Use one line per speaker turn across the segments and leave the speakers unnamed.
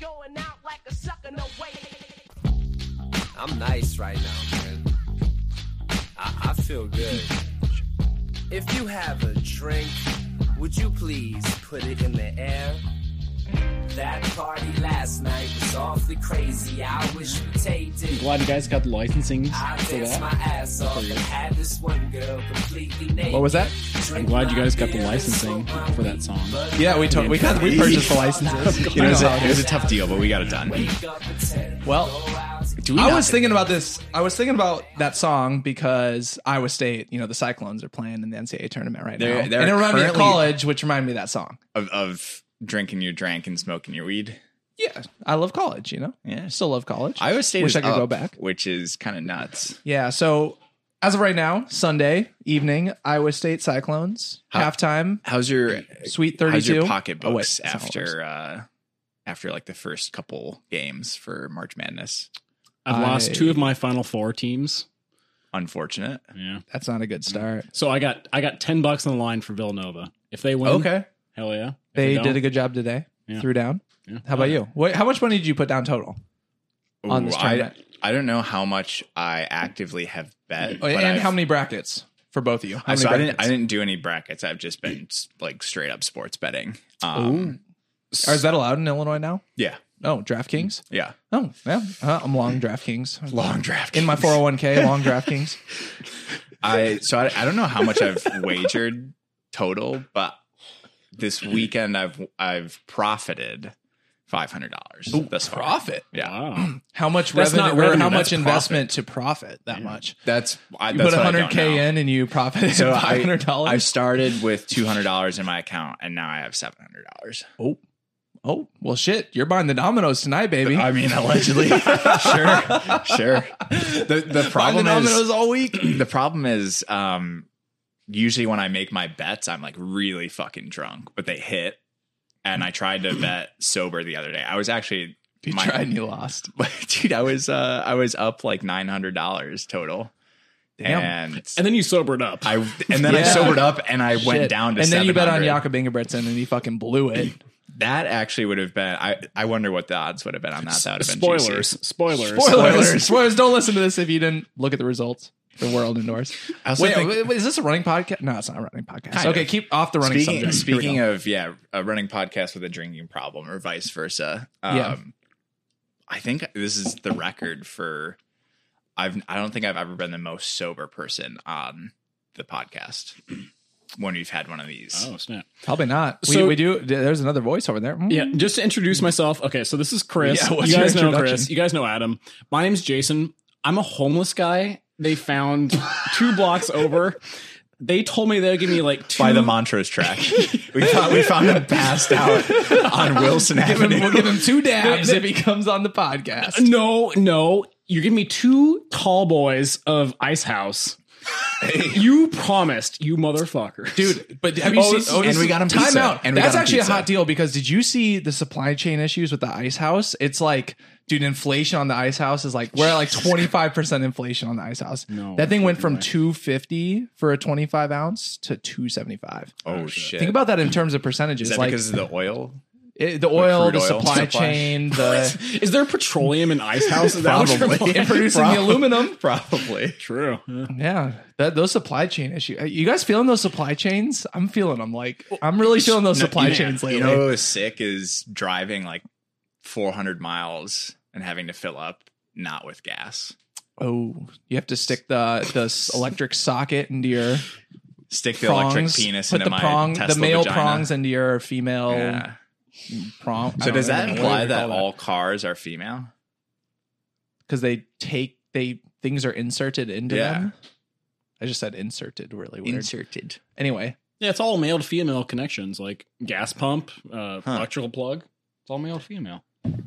going out like a sucker, no way.
I'm nice right now, man. I, I feel good. If you have a drink, would you please put it in the air? That party last night was awfully crazy. I wish we taped it.
Glad you guys got the licensing
I
for
danced my
that.
ass off and had this one girl completely naked.
What was that?
I'm glad you guys got the licensing for that song.
Yeah, we took we got we purchased the licenses.
You know, it was, a, it was a tough deal, but we got it done.
Well,
Do we
I
not-
was thinking about this. I was thinking about that song because Iowa State, you know, the Cyclones are playing in the NCAA tournament right
They're-
now,
they're
and it reminded me of
currently-
college, which reminded me of that song.
of, of drinking your drink and smoking your weed.
Yeah, I love college. You know,
Yeah.
still love college.
Iowa State
Wish
is
I could go
up,
back.
which is kind of nuts.
Yeah. So as of right now, Sunday evening, Iowa State Cyclones
How-
halftime,
How's your
Sweet Thirty-Two.
how's your
Oh, wait,
pocketbooks
that's not what it was.
after uh, after like the first couple games for March Madness?
I've lost
I-
two of my final four teams.
Unfortunate.
Yeah.
That's not a good start.
So I got I got ten bucks on the line for Villanova. If they
Mm.
win,
Okay.
hell yeah. If
They
don't,
did a good job today.
Yeah.
Threw down.
yeah.
How
Uh,
about you? What, how much money did you put down total? On this
I,
tournament.
I don't know how much I actively have bet,
Oh,
but
and
I've-
how many brackets for both of you? How many
so I didn't.
brackets?
I didn't do any brackets. I've just been s- like straight up sports betting. Um,
Or is that allowed in Illinois now?
yeah,
Oh, DraftKings.
yeah.
Oh, yeah. Uh, I'm long DraftKings.
Long draft
In my 401k, long DraftKings.
I so I, I don't know how much I've wagered total, but this weekend I've I've profited five hundred dollars. That's
Profit.
Yeah,
Wow.
How much
That's
revenue,
not
or
revenue,
how
that's
much investment to profit that much?
that's I,
You
that's
put
what I don't
100k
know.
in and you profit
So I
$500.
I started with two hundred dollars in my account, and now I have seven hundred dollars.
Oh, oh, well, shit. You're buying the dominoes tonight, baby.
I mean, allegedly, sure, sure. The the problem
buying the
is
dominoes all week.
the problem is um usually when I make my bets, I'm like really fucking drunk, but they hit. And I tried to bet sober the other day. I was actually
You
my-
tried and you lost.
dude, I was uh I was up like nine hundred dollars total.
Damn.
And
and then you sobered up.
I and then I
Yeah.
sobered up and I went
Shit.
down to
and then you bet on
700.
Jakob Ingebrigtsen and he fucking blew it.
That actually would have been I I wonder what the odds would have been on that. That would have been juicy.
spoilers. Spoilers.
Spoilers. Spoilers. Don't listen to this if you didn't look at the results. The world indoors.
I also
Wait,
think-
wait, wait, is this a running podcast? No, it's not a running podcast.
Kind
okay,
of.
keep off the running
speaking,
subject.
speaking of yeah a running podcast with a drinking problem or vice versa um,
Yeah.
i think this is the record for i've i don't think i've ever been the most sober person on the podcast when we've had one of these
Oh snap!
probably not. We,
So-
we do. There's another voice over there. Mm.
Yeah, just to introduce myself. Okay, so this is Chris.
Yeah, what's
you
your
guys know
introduction?
Chris. You guys know Adam. My name's Jason. I'm a homeless guy. They found two blocks over. They told me they'll give me like two
by the Montrose track, we found we found him passed out on Wilson
Give him- we'll
Avenue.
give him two dabs if he comes on the podcast.
No, no. You're giving me two tall boys of Ice House. You promised, you motherfucker.
Dude, but have you
Oh,
seen?
this-
and we got him
time
pizza.
out.
And we
That's
got him
actually
pizza.
a hot deal because did you see the supply chain issues with the ice house? It's like, dude, inflation on the ice house is like we're at like twenty five percent inflation on the ice house.
No
that thing went from
way.
two fifty for a twenty five ounce to two seventy five.
Oh shit!
Think about that in terms of percentages,
is that
like
because of the oil?
it- the oil,
crude
the
oil
supply,
supply?
chain, the
Is there petroleum in Ice House? Is that what you're implying?
and producing the aluminum.
Probably.
True. Yeah.
Yeah, that those supply chain issues. You guys feeling those supply chains? I'm feeling them. Like I'm really feeling those supply
you know-
chains lately.
You know what was sick is driving like 400 miles and having to fill up not with gas.
Oh, you have to stick the the s- electric socket into your
Stick the
prongs.
electric penis
put
into
the
my
prong,
Tesla
the male
vagina.
prongs into your female
Yeah.
prong.
So does that imply that all cars are female?
because they take they things are inserted into
Yeah.
them? I just said inserted, really weird.
Inserted.
anyway,
it's all male to female connections, like gas pump, uh,
Huh.
electrical plug. It's all male to female.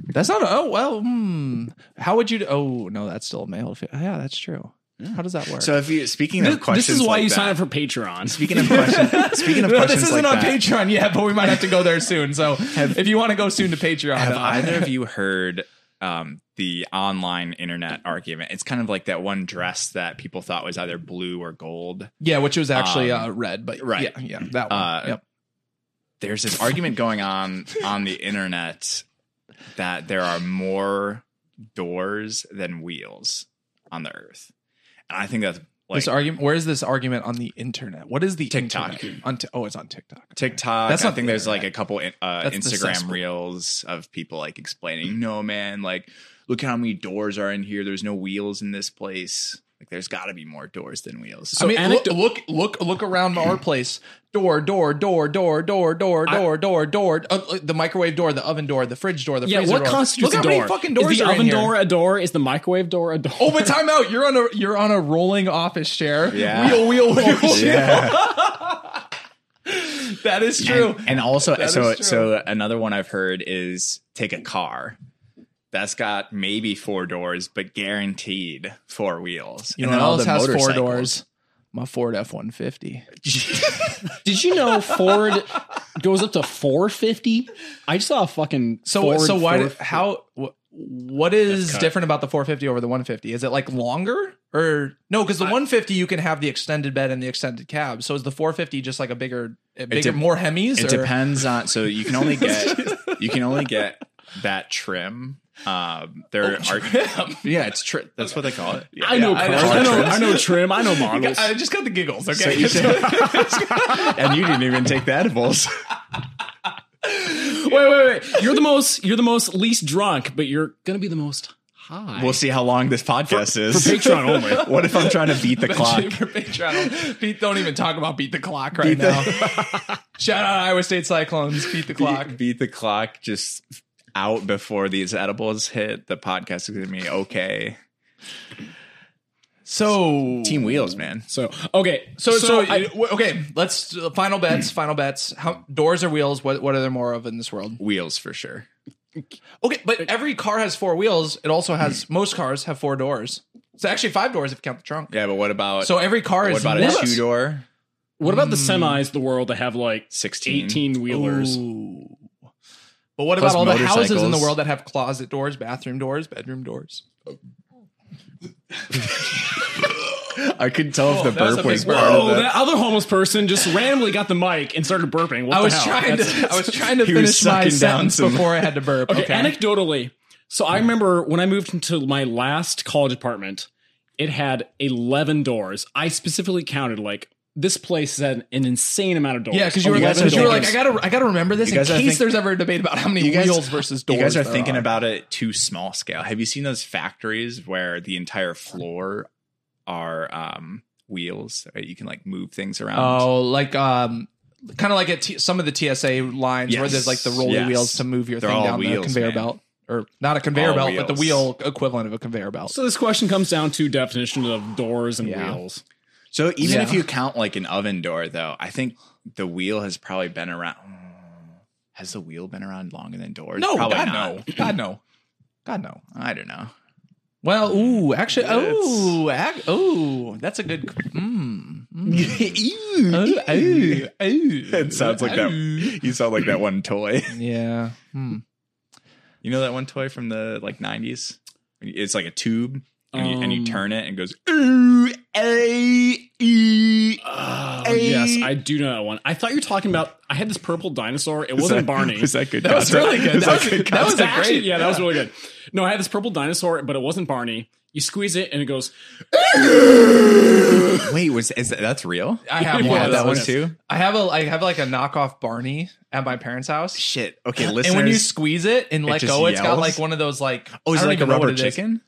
that's not. Oh well, hmm. how would you? Oh no, that's still male. Yeah, that's true. How does that work?
So if you speaking
This,
of questions,
is why
like
you
that,
sign up for Patreon.
Speaking of questions, speaking of
No,
questions
this isn't
like
on
that,
Patreon yet, but we might have to go there soon. So if you want to go soon to Patreon,
Have
uh,
either of you heard um, the online internet argument? It's kind of like that one dress that people thought was either blue or gold.
yeah, which was actually
Um,
uh, red, but
right.
yeah, yeah, that one.
Uh,
yep.
there's this argument going on on the internet that there are more doors than wheels on the earth. And I think that's like
this argument. Where is this argument on the internet? What is the
TikTok.
internet? On t- oh, it's on TikTok.
TikTok.
That's
I
not
think
the
there's like a
internet.
couple in- uh,
That's the
Instagram
cesspool.
reels of people like explaining, no man, like look how many doors are in here. There's no wheels in this place. Like there's got to be more doors than wheels.
So
I mean,
anecdo-
look, look, look, look around our place. Door, door, door, door, door, door, door, door, door. Uh, uh, the microwave door, the oven door, the fridge door, the
Yeah,
freezer
what
door.
constitutes
look
a
how
door?
many fucking doors
is the
are
oven
in here.
door a door? Is the microwave door a door?
Oh, but time out. You're on a you're on a rolling office chair.
Yeah.
Wheel, wheel, wheel.
Yeah.
That is true.
and, and also,
That
so
is true.
so another one I've heard is take a car. That's got maybe four doors, but guaranteed four wheels.
you
And
know
then
what
all
else
the
has four
motorcycles.
doors? My Ford F one fifty.
Did you know Ford goes up to 450? I just saw a fucking
So
Ford
so why did,
450.
how wh- what is
That's cut.
different about the 450 over the 150? Is it like longer or no? Because the 150 you can have the extended bed and the extended cab. So is the 450 just like a bigger, a bigger,
dep-
more Hemis?
It
or?
depends on. So you can only get you can only get that trim. Um, there are yeah, it's tri- that's what they call it.
I know
Yeah,
cars.
car
I know,
trims.
I know trim. I know models.
I just got the giggles.
So
Okay,
you can- and you didn't even take the edibles.
wait, wait, wait. You're the most you're the most least drunk, but you're gonna be the most high.
We'll see how long this podcast is.
Patreon only.
What if I'm trying to beat the clock?
For Patreon. Pete, don't even talk about beat the clock right
Beat the-
now. Shout out Iowa State Cyclones. Beat the clock.
Beat, beat the clock just out before these edibles hit. The podcast is gonna be okay.
So
Team Wheels, man.
So okay,
So, so,
I-
you- w- okay, let's uh, final bets. Final bets. How doors or wheels? What what are there more of in this world?
Wheels for sure.
Okay, but every car has four wheels. It also has
Hmm.
most cars have four doors. It's actually five doors if you count the trunk.
Yeah, but what about
So every car
what
is
about
one
a
of us.
two door?
what about the semis? of The world that have like
16.
eighteen wheelers.
Ooh. But what
Plus
about all the houses in the
motorcycles.
world that have closet doors, bathroom doors, bedroom doors?
I couldn't tell if the
that was a
burp
big
was
burp.
part
Oh,
of that.
that other homeless person just randomly got the mic and started burping. What
I
the
was
hell?
trying
That's-
to I was trying to
He was
finish my
sucking down
sentence
some-
before I had to burp. Okay.
Okay, anecdotally, so I remember when I moved into my last college apartment, it had 11 doors. I specifically counted like this place had an insane amount of doors.
yeah, because you were
11
because you were like, I
doors.
gotta I gotta remember this
You
in case
guys are think-
there's ever a debate about how many
You guys-
wheels versus doors.
You guys are
there
thinking about it too small scale. Have you seen those factories where the entire floor are um, wheels? Right? You can like move things around.
Oh, like um, kind of like at T- some of the TSA lines where
Yes.
there's like the roller
Yes.
wheels to move your
They're
thing
all
down the
wheels,
conveyor
man.
belt, or not a conveyor
All
belt, but the
wheels.
wheel equivalent of a conveyor belt.
So this question comes down to definition of doors and
Yeah.
wheels.
So even
Yeah.
if you count like an oven door, though, I think the wheel has probably been around. mm, Has the wheel been around longer than doors?
no,
probably
God
not.
no, God no, God no.
I don't know.
Well, ooh, actually,
It's-
ooh, ac- ooh, that's a good. Mm, mm.
Ew.
Ooh, ooh, ooh.
It sounds like that.
Ooh.
You sound like that one toy.
Yeah. Hmm.
You know that one toy from the like nineties? It's like a tube, and, you, and you
Um,
turn it and it goes. Ooh, E." ay, ee,
Oh,
ay."
yes, I do know that one. I thought you were talking about. I had this purple dinosaur. It wasn't
that,
Barney.
Was that good?
That was
content?
really good.
Is
That was-
good
that was
content?
actually,
great.
yeah, that was really good. No, I had this purple dinosaur, but it wasn't Barney. You squeeze it and it goes.
Wait, was is that, that's real?
I have
Yeah,
one.
that
of those.
one
too?
I have a. I have like a knockoff Barney at my parents' house.
Shit. Okay, listeners.
and when you squeeze it and let
just
go, it's got
yells?
like one of those like
oh, is
I
it
don't
like a
even know what
rubber
it is.
chicken?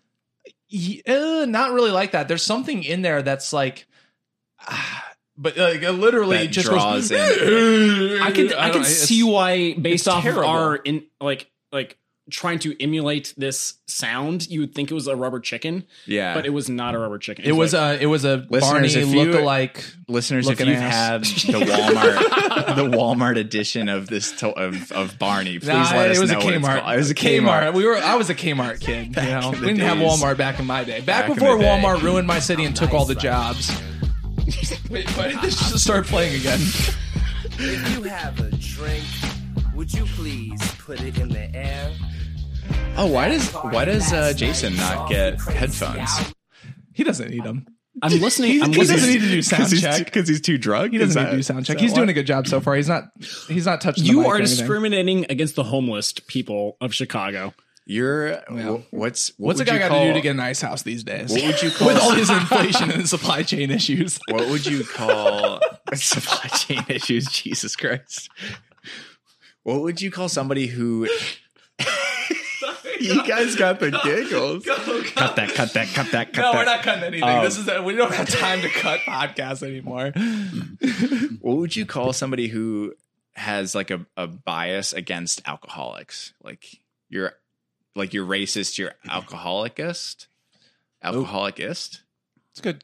Ye- uh, not really like that. There's something in there that's like, ah, but like it literally
That
just
draws
goes,
in.
I can I,
don't
can
know, it's-
see why based off
terrible.
of our in like like trying to emulate this sound, you would think it was a rubber chicken,
Yeah.
but it was not a rubber chicken.
It was
like,
a it was a
Listeners,
Barney
if you-
look-alike.
listeners, if
Looking
you've had
ass.
the Walmart, the Walmart edition of this to- of of Barney, please
Nah,
let us
it was
know
a
what it's
Kmart.
called. It was a Kmart.
We were. I was a Kmart kid. You know,
in
we
the
didn't have
days.
Walmart back in my day. Back,
Back in
before
the day.
Walmart ruined my city and took all the jobs. Wait, why did this just start playing again?
If you have a drink, would you please put it in the air?
Oh, why does why does uh, Jason not get headphones?
He doesn't need them.
I'm listening. I'm
He
listening.
doesn't need to do sound check.
because he's too drunk.
He doesn't need to do sound check. He's doing a good job so far. He's not. He's not touching. the
You
mic or
are
anything.
discriminating against the homeless people of Chicago.
You're wh- what's what
What's a
would
guy
you
got
call,
to do to get an ice house these days?
What would you call
With all his inflation and supply chain issues,
what would you call supply chain issues? Jesus Christ! What would you call somebody who? you guys got the giggles. Cut that! Cut that! Cut that! Cut
no,
that!
we're not cutting anything.
Um,
this is we don't have time to cut podcasts anymore.
What would you call somebody who has like a, a bias against alcoholics? Like you're like you're racist, you're alcoholicist.
Oh.
Alcoholicist.
It's good.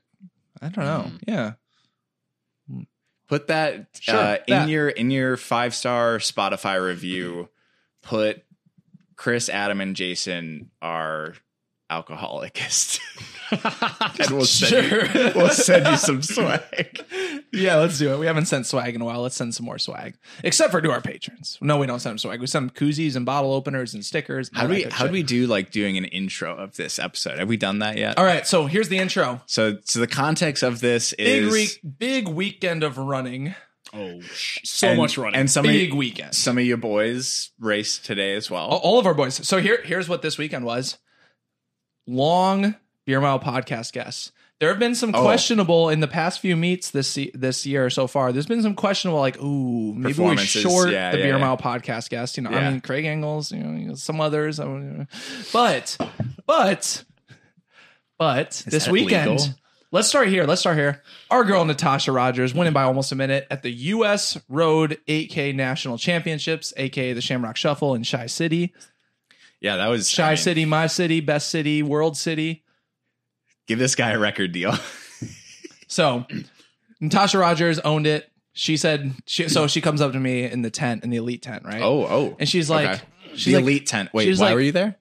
I don't know.
Mm.
Yeah,
Put that
Sure,
uh, in
that.
your in your five star Spotify review. Put Chris, Adam, and Jason are alcoholicist. and we'll send, you, we'll send you some swag.
yeah. Let's do it. We haven't sent swag in a while. Let's send some more swag, except for to our patrons. No, we don't send them swag. We send them koozies and bottle openers and stickers. and
How
all
do
that
we
good
how do
shit.
we do like doing an intro of this episode? Have we done that yet?
All right. So here's the intro.
So, so the context of this
Big
is
week, big weekend of running.
Oh, sh- so
and-
much running.
and some of,
Big Oh.
y-
weekend.
some of your boys raced today as well.
all, all of our boys. So here, here's what this weekend was: long beer mile podcast guests. There have been some
Oh.
questionable in the past few meets this se- this year so far. There's been some questionable, like, ooh, maybe we
Performances.
short
Yeah,
the
yeah,
beer
yeah.
mile podcast guest. You know,
Yeah.
I mean, Craig Engels, you know, you know, some others, I don't know. but but but this
that
weekend.
legal?
Let's start here. Let's start here. Our girl Natasha Rogers winning by almost a minute at the U.S. Road 8K National Championships, aka the Shamrock Shuffle in Shy City.
yeah, that was
Shy
I mean,
City, my city, best city, world city.
Give this guy a record deal.
So Natasha Rogers owned it. She said, she, so she comes up to me in the tent, in the elite tent, right?
oh, oh,
And she's like,
Okay.
she's
the
like,
elite tent. Wait,
she's
why
like-
were you there?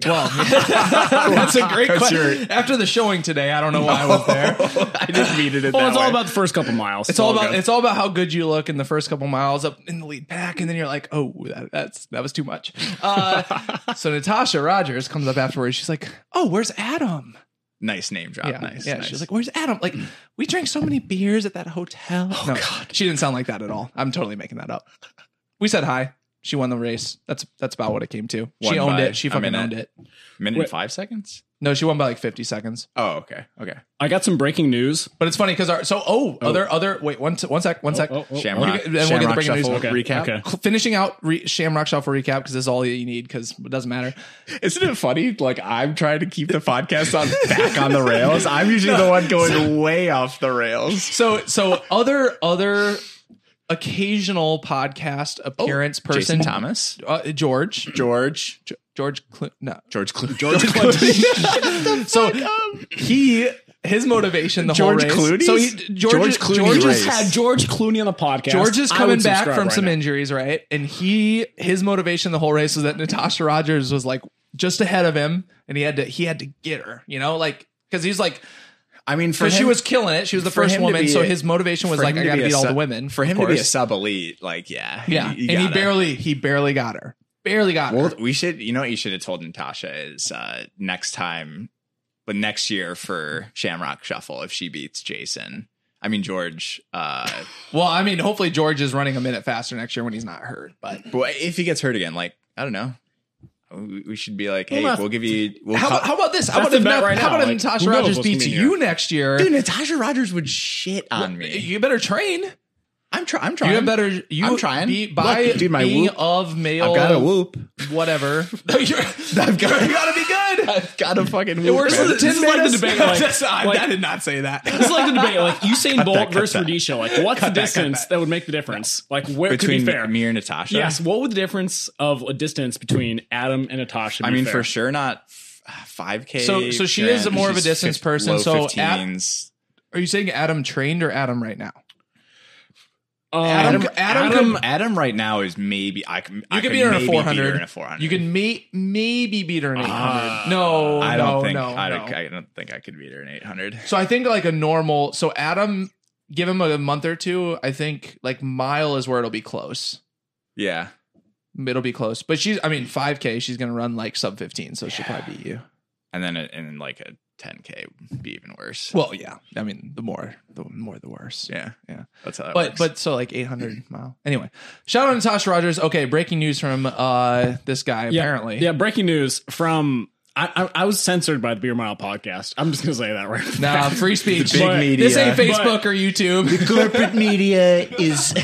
well, that's a great
That's
question.
your-
After the showing today, I don't know why I was there.
I didn't mean it. In
well,
that
it's all
way.
about the first couple miles.
It's all about
good.
it's all about how good you look in the first couple miles up in the lead pack, and then you're like, oh, that, that's that was too much. Uh, so Natasha Rogers comes up afterwards. She's like, oh, where's Adam?
nice name drop.
Yeah,
Oh, nice.
Yeah,
nice.
she's like, "Where's Adam?" Like, we drank so many beers at that hotel. Oh God, she didn't sound like that at all. I'm totally making that up. We said hi. She won the race. That's that's about what it came to.
Won
she owned
by
it. She
a
fucking
minute.
owned it.
minute
Wait.
and five seconds.
No, she won by like 50 seconds.
Oh, okay, okay.
I got some breaking news.
But it's funny because our so oh, other other wait one se- one sec one sec.
Oh, oh,
Shamrock.
Then we'll get the
Shamrock
breaking news.
Shuffle
Okay,
recap.
okay.
Finishing out re- Shamrock Shuffle recap because this is all you need because it doesn't matter.
Isn't it funny? Like I'm trying to keep the podcast on back on the rails. I'm usually the one going way off the rails.
So so other other occasional podcast appearance person
Jason Thomas,
uh, George
George, Ge-
George Clo- no
George Clooney, George
so he his motivation the
George
whole race.
Clooney's?
So he, George,
George Clooney
George,
race.
is,
Had George Clooney on the podcast.
George is
I
coming
would
back
subscribe
from
right
some
now.
injuries, right? And he his motivation the whole race was that Natasha Rogers was like just ahead of him, and he had to he had to get her, you know, like because he's like
I mean, for
because she
him-
was killing it, she was the
for
first
him to
woman,
be
so
a-
his motivation was
for
like
him
I
to
got to
be a
beat all
sub-
the women
for him
of
to be a
course.
sub elite, like yeah,
yeah,
you-
and
you
he
gotta-
barely he barely got her, barely got her.
Well, we should. You know what you should have told Natasha is uh, next time, but next year for Shamrock Shuffle if she beats Jason. I mean George. Uh,
Well, I mean, hopefully George is running a minute faster next year when he's not hurt, but.
but if he gets hurt again, like I don't know, we, we should be like, hey,
Well,
we'll give you. We'll
How
co-
about, how about this? How
That's
about if,
the bet
Na-
right
how
now.
about if
Like,
Natasha
who knows
Rogers
what's
beats
gonna be
you next year?
dude? Natasha Rogers would shit on me.
you better train. You
I'm trying. I'm trying.
have better. You
I'm trying.
Be, by
Look, dude, my
being
whoop.
of male,
I've got a whoop.
whatever. No, you're-
I've got.
you gotta be good.
I've got a fucking. Whoop,
It works
man.
for the
This is
ten
like the debate,
minutes.
like-
That's- I,
like-
I did not say that.
It's like the debate, like Usain Bolt
that, cut
versus
that.
Rhodesia. Like, what's the distance that. would make the difference? Like, where
between
could be fair?
me and Natasha.
yes, what would the difference of a distance between Adam and Natasha? Be
I mean,
fair?
for sure not five k.
So- so she is more of a distance person, so at- Are you saying Adam trained or Adam right now?
Um,
Adam,
Adam-
Adam,
Adam-
Adam, right now is maybe I can. You I
could beat her in a
maybe
400.
Her in a four hundred.
You can may, maybe beat her in 800. no,
I
no,
don't think.
no,
I
no.
don't. I don't think I could beat her in eight hundred.
So I think like a normal. So Adam, give him a month or two. I think like mile is where it'll be close.
Yeah.
It'll be close. But she's, I mean, 5K, she's going to run like sub 15, so she'll probably beat you.
and then a, and like a 10k would be even worse.
Well, yeah. I mean, the more, the more, the worse.
yeah,
yeah.
that's how. That
But
works.
but so like 800 mile. Anyway, shout out to Natasha Rogers. Okay, breaking news from uh this guy
Yeah.
apparently.
Yeah, breaking news from I, I I was censored by the Beer Mile podcast. I'm just gonna say that right. off the
Nah,
bat.
free speech.
big
But-
media.
This ain't Facebook
But-
or YouTube.
Corporate media is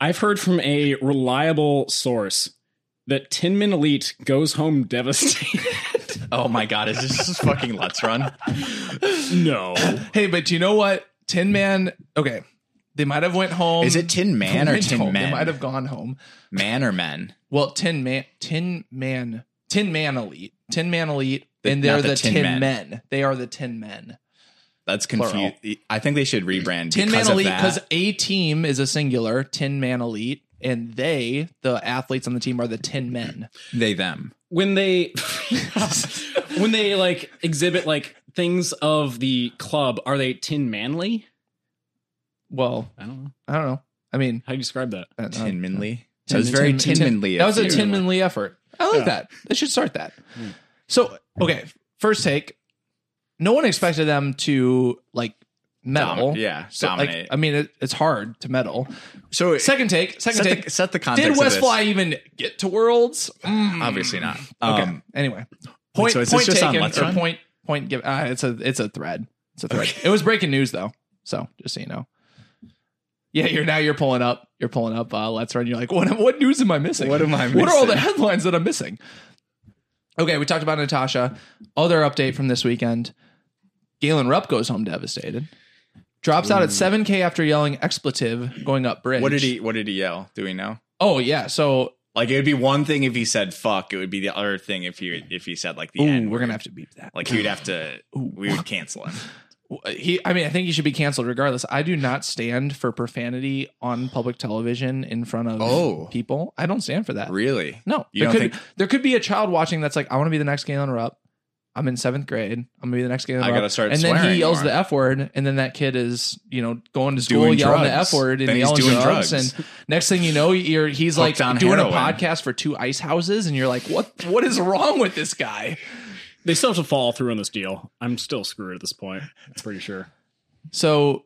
I've heard from a reliable source that Tin Man Elite goes home devastated.
oh my god, is this just fucking Let's Run?
no.
hey, but you know what? Tin Man. Okay, they might have went home.
Is it Tin Man or
Went
Tin
home. They might have
Men?
gone home.
Man or Men?
Well, Tin Man, Tin Man, Tin Man Elite, Tin Man Elite,
The-
and they're
not
the,
the
Tin,
Tin
men.
Men.
They are the Tin Men.
That's
Plural.
confused. I think they should rebrand
Tin Man
because of
Elite
that.
because a team is a singular. Tin Man Elite, and they, the athletes on the team, are the Tin Men.
they them.
When they when they like exhibit like things of the club, are they Tin Manly?
Well,
I don't know.
I don't know. I mean,
How do you describe that?
I don't know.
Tin Manly. That was very Tin Manly.
That was a
of you.
Tin Manly effort. I like
Yeah.
that. They should start that.
Hmm.
So okay, first take. No one expected them to like medal.
Dom- yeah,
So, like,
dominate.
I mean, it, it's hard to medal.
So it-
Second take. Second
set,
take.
the, set the context.
Did
of
West
this.
Fly even get to Worlds? Mm.
Obviously not.
Okay.
Um,
anyway, point
so is this
point
just on
taken
Let's
or
Run?
point point give. Uh, it's a it's a thread. It's a thread. It was breaking news though, so just so you know. Yeah, you're now you're pulling up. You're pulling up. Uh, Let's run. You're like, what? What news am I missing?
What am I
What are all the
missing?
headlines that I'm missing? Okay, we talked about Natasha. Other update from this weekend: Galen Rupp goes home devastated. Drops out at 7K after yelling expletive going up bridge.
What did he? What did he yell? Do we know?
Oh yeah, so
Like it would be one thing if he said "fuck." It would be the other thing if he if he said like the
ooh,
end.
we're gonna have to beep that.
like he would have to. We would cancel him.
Uh, he i mean i think he should be canceled regardless i do not stand for profanity on public television in front of
Oh.
people i don't stand for that
Really?
no
You
there
don't
could,
think-
there could be a child watching that's like i want to be the next galen rupp i'm in seventh grade i'm gonna be the next galen
I
rupp
gotta start
and then he
swearing
yells
more.
the f word and then that kid is you know going to school
Doing
yelling the
drugs.
f word and
Then he's
yelling
doing
drugs.
drugs.
and next thing you know you're he's like
Hooked on
doing a
heroin.
podcast for two ice houses and you're like what what is wrong with this guy
They still have to follow through on this deal. I'm still screwed at this point. I'm pretty sure.
So,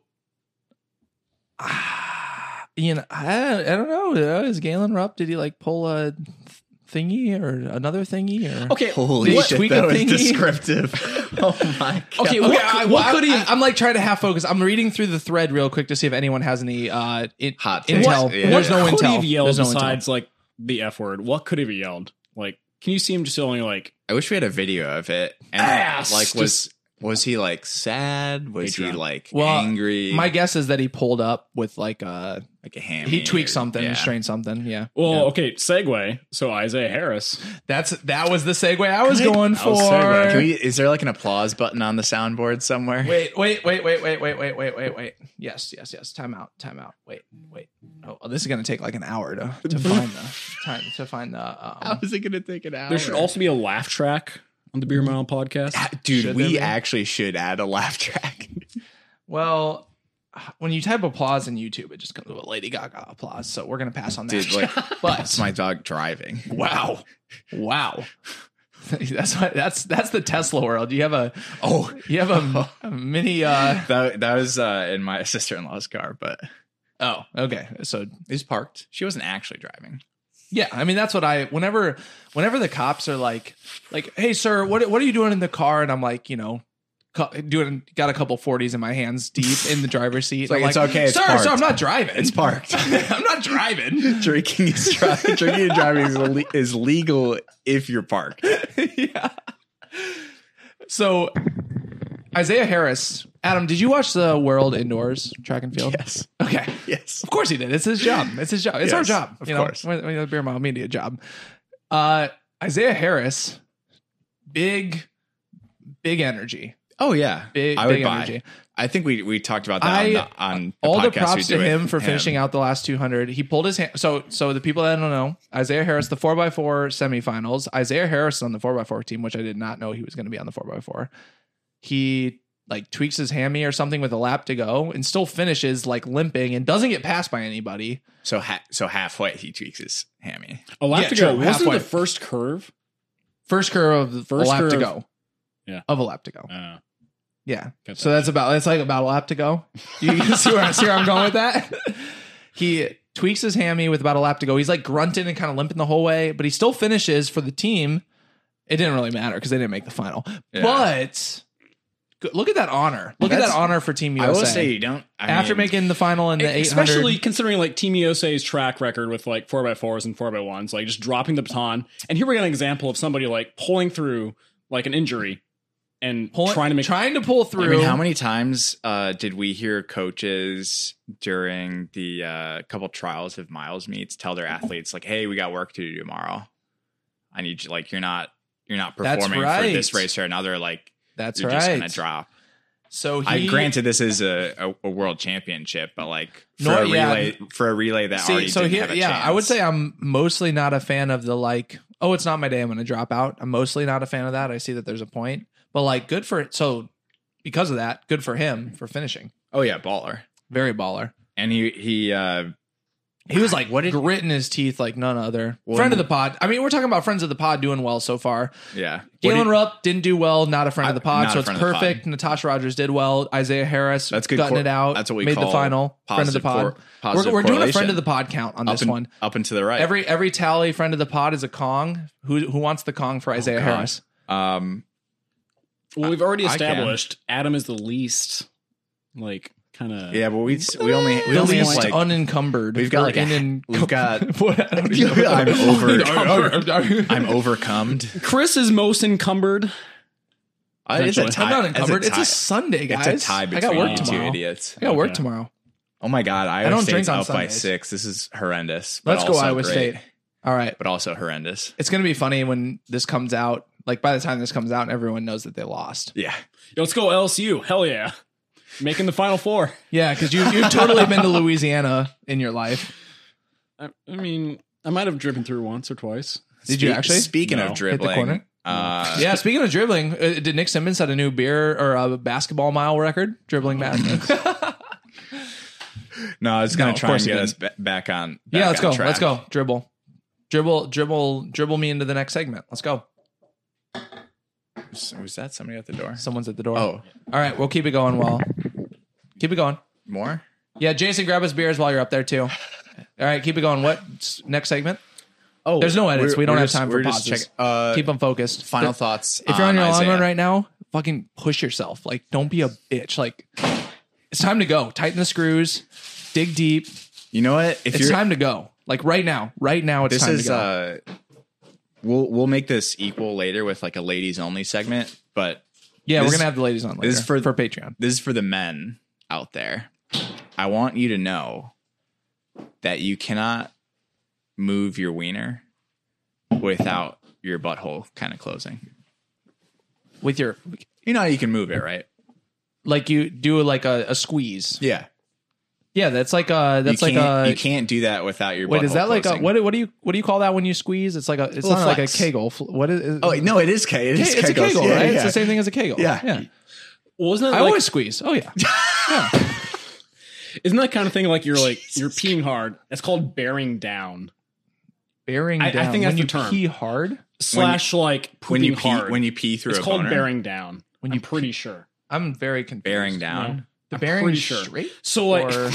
ah, you know, I, I don't know. uh, Is Galen Rupp? Did he like pull a th- thingy or another thingy? Or
Okay.
Holy
What?
shit!
Tweak
That
a
was
thingy?
descriptive. oh my god.
okay,
what- what could he-
I, am like trying to half focus. I'm reading through the thread real quick to see if anyone has any uh in,
Hot takes.
intel.
Yeah.
There's no
What could he
intel.
have yelled
There's no
besides
intel.
like the F word? What could he have yelled? Like, can you see him just yelling like
I wish we had a video of it. And
Ass!
like was was he like sad? Was he
Patreon.
like
Well,
angry?
My guess is that he pulled up with like uh
like a ham.
he tweaked something, strained something. Yeah,
Well,
Yeah.
okay, segue. So Isaiah Harris.
that's that was the segue I was going
That was segue.
for.
Can we, is there like an applause button on the soundboard somewhere?
Wait, wait, wait, wait, wait, wait, wait, wait, wait, wait. Yes, yes, yes. Time out. Time out. Wait, wait. Oh, oh, this is gonna take like an hour to, to find the time to find the. Um,
is it gonna take an hour?
There should also be a laugh track on the Beer Mile podcast.
Ah, dude.
Should there
we
be?
actually should add a laugh track.
well, when you type applause in YouTube, it just comes with Lady Gaga applause. So we're gonna pass on that.
Dude, like
but
that's my dog driving.
wow, wow. That's why that's that's the Tesla world. You have a
Oh,
you have a, a mini. uh
that that was uh, in my sister in law's car, but
Oh, okay. So
it was parked. She wasn't actually driving.
Yeah, I mean that's what I whenever whenever the cops are like like hey sir, what what are you doing in the car and I'm like, you know, cu- doing got a couple 40s in my hands deep in the driver's seat.
like,
I'm
"It's okay, it's
Sir,
parked."
sir, I'm not driving.
It's parked.
I'm not driving.
drinking is driving. drinking and driving is, le- is legal if you're parked.
yeah. So Isaiah Harris, Adam, did you watch the World Indoors track and field?
Yes.
Okay.
Yes.
Of course he did. It's his job. It's his job. It's our
Yes,
job.
of
you know,
course.
We're, we're the Beer Mile Media job. Uh, Isaiah Harris, big, big energy.
Oh yeah.
Big,
I would
big
buy.
energy.
I think we we talked about that
I-
on, the, on the
All the
podcast we
props
do
to
with
him for finishing out the last 200. He pulled his hand. So, so the people that don't know, Isaiah Harris, the 4x4 semifinals. Isaiah Harris is on the 4x4 team, which I did not know he was going to be on the 4x4. He like tweaks his hammy or something with a lap to go and still finishes like limping and doesn't get passed by anybody.
So ha- so halfway he tweaks his hammy.
a laugh
yeah,
to
true,
go. Wasn't
halfway.
the first curve?
First curve of the
First
lap to
curve.
go.
Yeah.
of a lap to go.
Uh,
Yeah.
Got
So
that.
that's about that's like about a lap to go. You can see where, see where I'm going with that? he tweaks his hammy with about a lap to go. He's like grunting and kind of limping the whole way, but he still finishes for the team. It didn't really matter because they didn't make the final.
Yeah.
But go- look at that honor. Look at
That's-
that honor for Team USA.
I will say you don't I
after
mean, e,
making the final in the 800,
especially considering like Team USA's track record with like four by fours and four by ones, like just dropping the baton. And here we got an example of somebody like pulling through like an injury and
pull-
trying to make
trying to pull
I
through.
mean, how many times uh, did we hear coaches during the uh, couple trials of miles meets tell their athletes like, "Hey, we got work to do tomorrow. I need you. Like, you're not you're not
That's
performing for
right.
this race or another. Like,
That's
you're
right.
just gonna drop."
So he
I granted this is a, a, a world championship, but like for
No,
a
yeah.
relay for a relay that already didn't have a
yeah,
chance.
I would say I'm mostly not a fan of the like, oh, it's not my day, I'm gonna drop out. I'm mostly not a fan of that. I see that there's a point, but like, good for so because of that, good for him for finishing.
oh yeah, baller.
Very baller.
And he he uh,
He was like what gritting his teeth like none other.
Well,
friend of the pod. I mean, we're talking about friends of the pod doing well so far.
yeah.
Galen Rupp didn't do well, not a friend of the
I-
pod,
not
so
a
it's
friend of the pod.
perfect. Natasha Rogers did well. Isaiah Harris
That's good
gutting
cor-
it out.
that's what we
made the
call
final. Friend of the
positive
pod.
cor- positive
we're we're doing a friend
correlation.
of the pod count on
Up
this
and,
one.
up and to the right.
Every every tally friend of the pod is a Kong. Who who wants the Kong for Isaiah
God.
Harris?
um,
Well, we've already
I can.
established Adam is the least like kind of
yeah, but we we only we
The
only have
least
like
unencumbered.
We've got
Or
like a-
in-
we've got
What? I don't even know.
I'm over. I'm
I'm
overcummed.
Chris is most encumbered.
Uh, it's a
Eventually.
tie.
not
it's a
encumbered. It's
tie-
a Sunday, guys.
It's a tie between
I got work
you two
tomorrow.
idiots.
I got work
Okay.
tomorrow.
Oh my god, Iowa
don't
State's
drink on
up by
Sundays.
six. This is horrendous. but
Let's go
also
Iowa
great,
State. All right.
but also horrendous.
It's gonna be funny when this comes out. Like by the time this comes out, everyone knows that they lost.
Yeah,
Yo, let's go LSU. Hell yeah. Making the final four.
Yeah, because you you've totally been to Louisiana in your life.
I, I mean, I might have driven through once or twice.
Did you
Spe-
actually?
Speaking
No.
of
Hit
the
dribbling,
corner?
uh,
yeah, speaking of dribbling, uh, did Nick Simmons set a new beer or a basketball mile record? Dribbling basketball.
no, I was gonna
No, of
try
course
and
he
get
didn't.
us ba- back on. Back
yeah, let's
on
go.
track.
Let's go. Dribble. Dribble, dribble, dribble me into the next segment. Let's go.
S- Was that somebody at the door?
Someone's at the door.
Oh,
All right, we'll keep it going while keep it going.
more.
Yeah, Jason, grab us beers while you're up there too. All right, keep it going. What next segment?
Oh,
There's no edits.
we're-
We don't
we're
have
just-
time for
we're just
pauses.
checking- uh,
keep them focused.
final
Th-
thoughts.
If you're on your long
Isaiah.
run right now, fucking push yourself. Like, don't be a bitch. Like, it's time to go. Tighten the screws. Dig deep.
you know what? If
It's
you're
time to go. Like right now. Right now. It's
this
time
is
to go.
uh we'll we'll make this equal later with like a ladies only segment but
yeah, we're
this-
gonna have the ladies on later
this is for-
for Patreon.
this is for the men out there i want you to know that you cannot move your wiener without your butthole kind of closing
With your
you know how you can move it right
like you do like a, a squeeze.
yeah
Yeah, that's like a that's like
can't-
a
you can't do that without your
wait. Is
butthole
that like a
closing.
what? What do you what do you call that when you squeeze? It's like a it's
Little
not like a
flex.
kegel. Fl- What is? is
oh wait, no it is K. it
Ke-
is
it's a
Kegels.
kegel,
Yeah,
right?
yeah.
It's the same thing as a kegel.
Yeah.
Well, wasn't that
I
like,
always squeeze. Oh yeah,
isn't that kind of thing like you're like you're peeing hard? It's called bearing down.
bearing
I- I
down.
think that's
when
the
you
term.
pee hard,
Slash like pooping
when you pee
hard.
when you pee through
it's
a
called
boner,
bearing down.
When
When
you
you're pretty sure.
I'm very confused.
bearing down
the
I'm
bearing
pretty sure.
straight.
So like,
Or-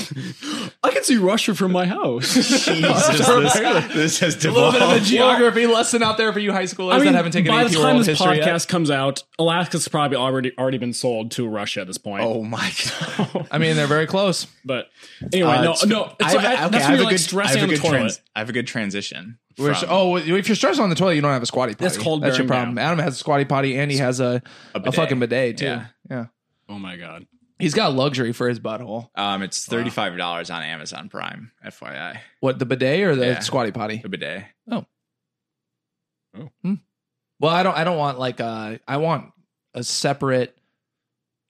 I can see Russia from my house.
Jesus, this, this has
A little bit of a
devolved.
geography lesson out there for you high schoolers that haven't taken
by
an
the
year
time
old
this
history
podcast
yet.
comes out, Alaska's probably already already been sold to Russia at this point.
oh my god
I mean, they're very close.
But anyway,
Uh,
no,
it's-
no. It's,
I have,
I-
okay,
that's
I have
when
a
you're like
good, I
stressing on
have a
the
good
toilet.
trans, I have a good transition.
We're
from
sh- oh, if you're stressed on the toilet, you don't have a squatty potty.
That's called
That's your
bearing
problem.
down.
Adam has a squatty potty and he has a, oh, a,
bidet.
fucking bidet too.
Yeah.
yeah.
oh my god.
He's got luxury for his butthole.
um, it's thirty five dollars on Amazon Prime. FYI,
What the bidet or the
Yeah.
squatty potty?
a bidet.
Well, I don't. I don't want like a. I want a separate,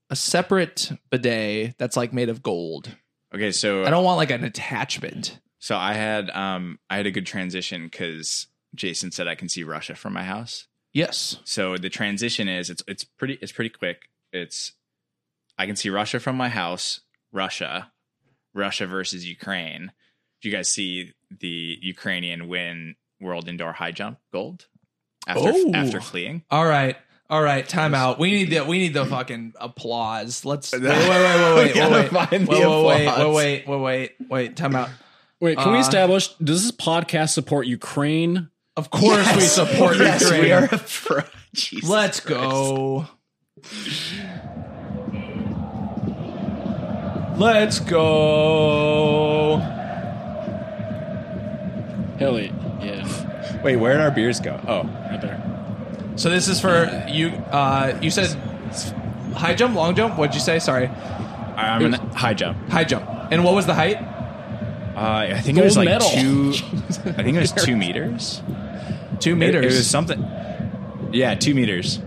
a separate bidet that's like made of gold.
Okay, so
I don't want like an attachment.
so I had um I had a good transition because Jason said I can see Russia from my house.
Yes.
So the transition is it's it's pretty it's pretty quick. It's I can see Russia from my house. Russia, Russia versus Ukraine. Do you guys see the Ukrainian win world indoor high jump gold after
Oh.
after fleeing?
All right. All right, time out. We need the we need the fucking applause. Let's wait, wait, wait,
We
wait, wait,
gotta
wait, wait,
find the
wait, wait,
applause.
wait, wait, wait, wait, wait. Time out.
Wait, can we
Uh,
establish does this podcast support Ukraine?
Of course, we support
yes,
Ukraine.
we are a pro. Jesus
Let's
Christ.
go. Let's go.
Hell yeah.
Wait, where did our beers go? Oh,
Right there.
So this is for you. Uh, you said high jump, long jump. What'd you say? Sorry,
I'm in Um, high jump.
high jump. And what was the height?
Uh, I think it
Gold
was like
medal.
two. I think it was two meters.
Two
It-
meters.
It, was something. Yeah, two meters.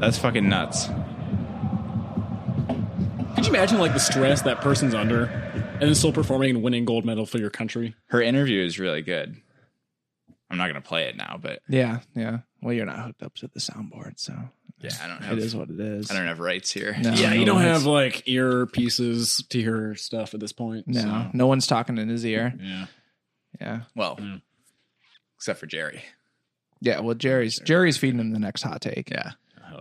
That's fucking nuts.
Could you imagine like the stress that person's under and then still performing and winning gold medal for your country?
Her interview is really good. I'm not gonna play it now, but
yeah, yeah. Well, you're not hooked up to the soundboard, so
yeah, I don't have.
it is what it is.
I don't have rights here.
No.
Yeah, you
no
don't
one's-
have like earpieces to hear stuff at this point.
No,
so-
no one's talking in his ear.
Yeah.
Yeah,
Well,
Mm.
except for Jerry.
yeah. Well, Jerry's Jerry's feeding him the next hot take.
Yeah.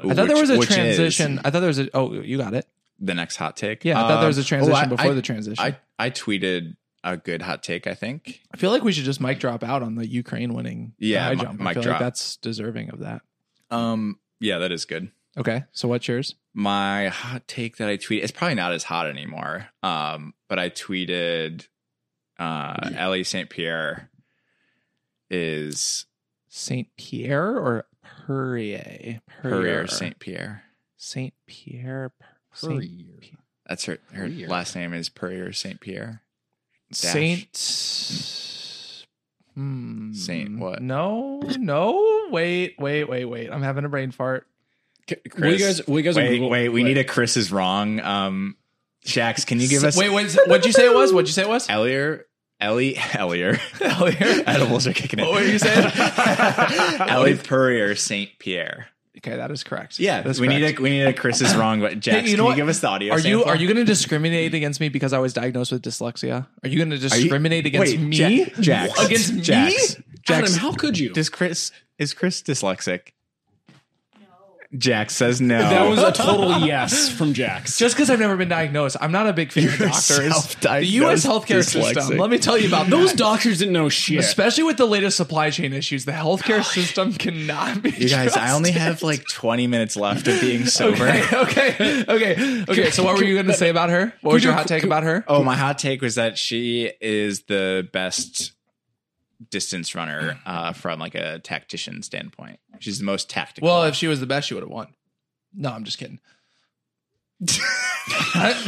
I thought there was a
Which- which is-
transition. I thought there was a. Oh, you got it.
the next hot take.
Yeah, I thought there was a
Um,
transition
oh, I-
before
I-
the transition. I,
I I tweeted a good hot take. I think.
feel like we should just mic drop out on the Ukraine winning.
Yeah,
high
mi-
jump. I
mic
feel like
drop.
that's deserving of that.
Um. Yeah, that is good.
Okay, so what's yours?
My hot take that I tweeted. It's probably not as hot anymore. Um. But I tweeted. Uh, Ellie St. Pierre is
Saint Pierre or Perrier?
Perrier St. Pierre.
Saint Pierre. Saint
That's her. Her
Perrier.
last name is Perrier St. Pierre.
Saint. Hmm.
Saint what?
No, no. Wait, wait, wait, wait. I'm having a brain fart.
Will you guys, will you guys
Wait,
Google-
wait. We need a Chris is wrong. Um, Shax, can you give us
Wait, wait. What'd you say it was? What'd you say it was?
Ellier, Ellie, Ellier, Edibles are kicking in.
What were you saying?
Ellie Purrier Saint Pierre.
Okay, that is correct.
Yeah,
that's
we need
correct.
a we need a Chris is wrong, but Jax,
you
you
know
can
what?
you give us the audio?
Are you
sample?
are you going to discriminate against me because I was diagnosed with dyslexia? Are you going to
you-
discriminate against
Wait,
me?
Ja- Jax,
against me?
Jax,
Adam,
Jax,
how could you?
does Chris is Chris dyslexic? No. Jax says no.
that was a total yes from Jax.
Just because I've never been diagnosed, I'm not a big fan of
You're
doctors. The
self-diagnosed
U.S. healthcare system.
dyslexic.
Let me tell you about
those
that.
doctors didn't know shit.
Especially with the latest supply chain issues, the healthcare system cannot be.
Oh, you guys, I only have like 20 minutes left of being sober.
Okay, okay, okay, okay. So, what were you going to say about her? What was your hot take about her?
Oh, my hot take was that she is the best distance runner uh, from like a tactician standpoint. She's the most tactical.
Well, if she was the best, she would have won. No, I'm just kidding.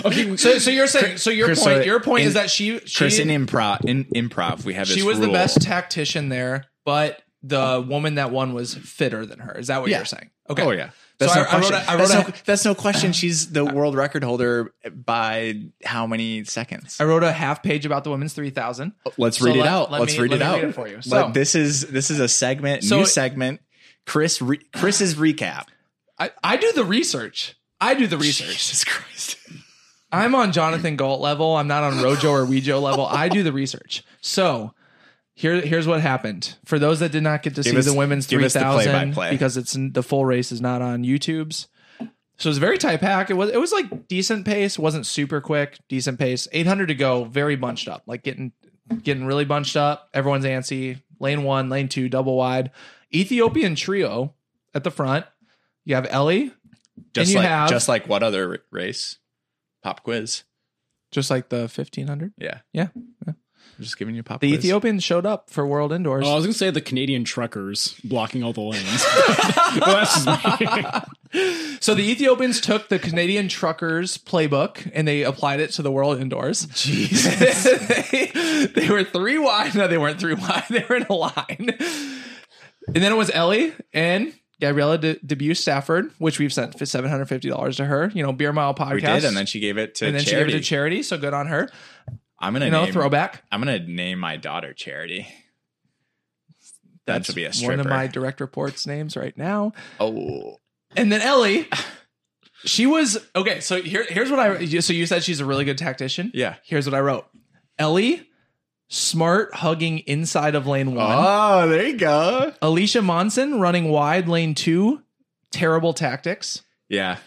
okay, so, so you're saying so your
Chris,
point
so
your point
in-
is that she she,
Chris in improv, in improv, we have this
she was the
rule.
best tactician there, but the woman that won was fitter than her. Is that what
Yeah.
you're saying? Okay.
Oh yeah, that's
So
no
I- I wrote
question.
a- I wrote
that's,
a-
no, that's no question. She's the world record holder by how many seconds?
I wrote a half page about the women's three thousand.
Oh, Let's
So
read it
let-
out.
let
Let's
me-
read
let
it
me
out
read it for you.
But
So-
this is this is a segment,
So
new
it-
segment. Chris, re, Chris's recap.
I, I do the research. I do the research.
Jesus Christ.
I'm on Jonathan Galt level. I'm not on Rojo or Wejo level. I do the research. So here, here's what happened. For those that did not get to see
us-
the women's
give us the
3000
play-by-play.
because it's the full race is not on YouTube's. So it was very tight pack. It was it was like decent pace, wasn't super quick, decent pace. 800 to go, very bunched up, like getting getting really bunched up. Everyone's antsy. Lane one, lane two, double wide. Ethiopian trio at the front. You have Ellie,
Just
you
like
have-
just like what other r- race? Pop quiz.
just like the 1500.
Yeah.
Yeah.
I'm just giving you a pop
The
quiz.
Ethiopians showed up for World Indoors.
Oh, I was gonna say the Canadian truckers blocking all the lanes. well, that's just me.
So the Ethiopians took the Canadian truckers playbook and they applied it to the world indoors. Jesus. they, they were three wide. No, they weren't three wide. They were in a line. And then it was Ellie and Gabriella De- Debuse Stafford, which we've sent for $750 to her, you know, Beer Mile podcast.
We did, and then she gave it to
And then she gave
charity.
it to charity. So good on her.
I'm gonna
You know,
name,
throwback.
I'm gonna name my daughter Charity. That should be a stripper.
One of my direct reports names right now.
oh,
And then Ellie, she was okay. So here, here's what I. So you said she's a really good tactician.
Yeah.
Here's what I wrote. Ellie, smart hugging
Ah.
inside of lane one.
oh, there you go.
Alicia Monson running wide lane two. terrible tactics.
Yeah.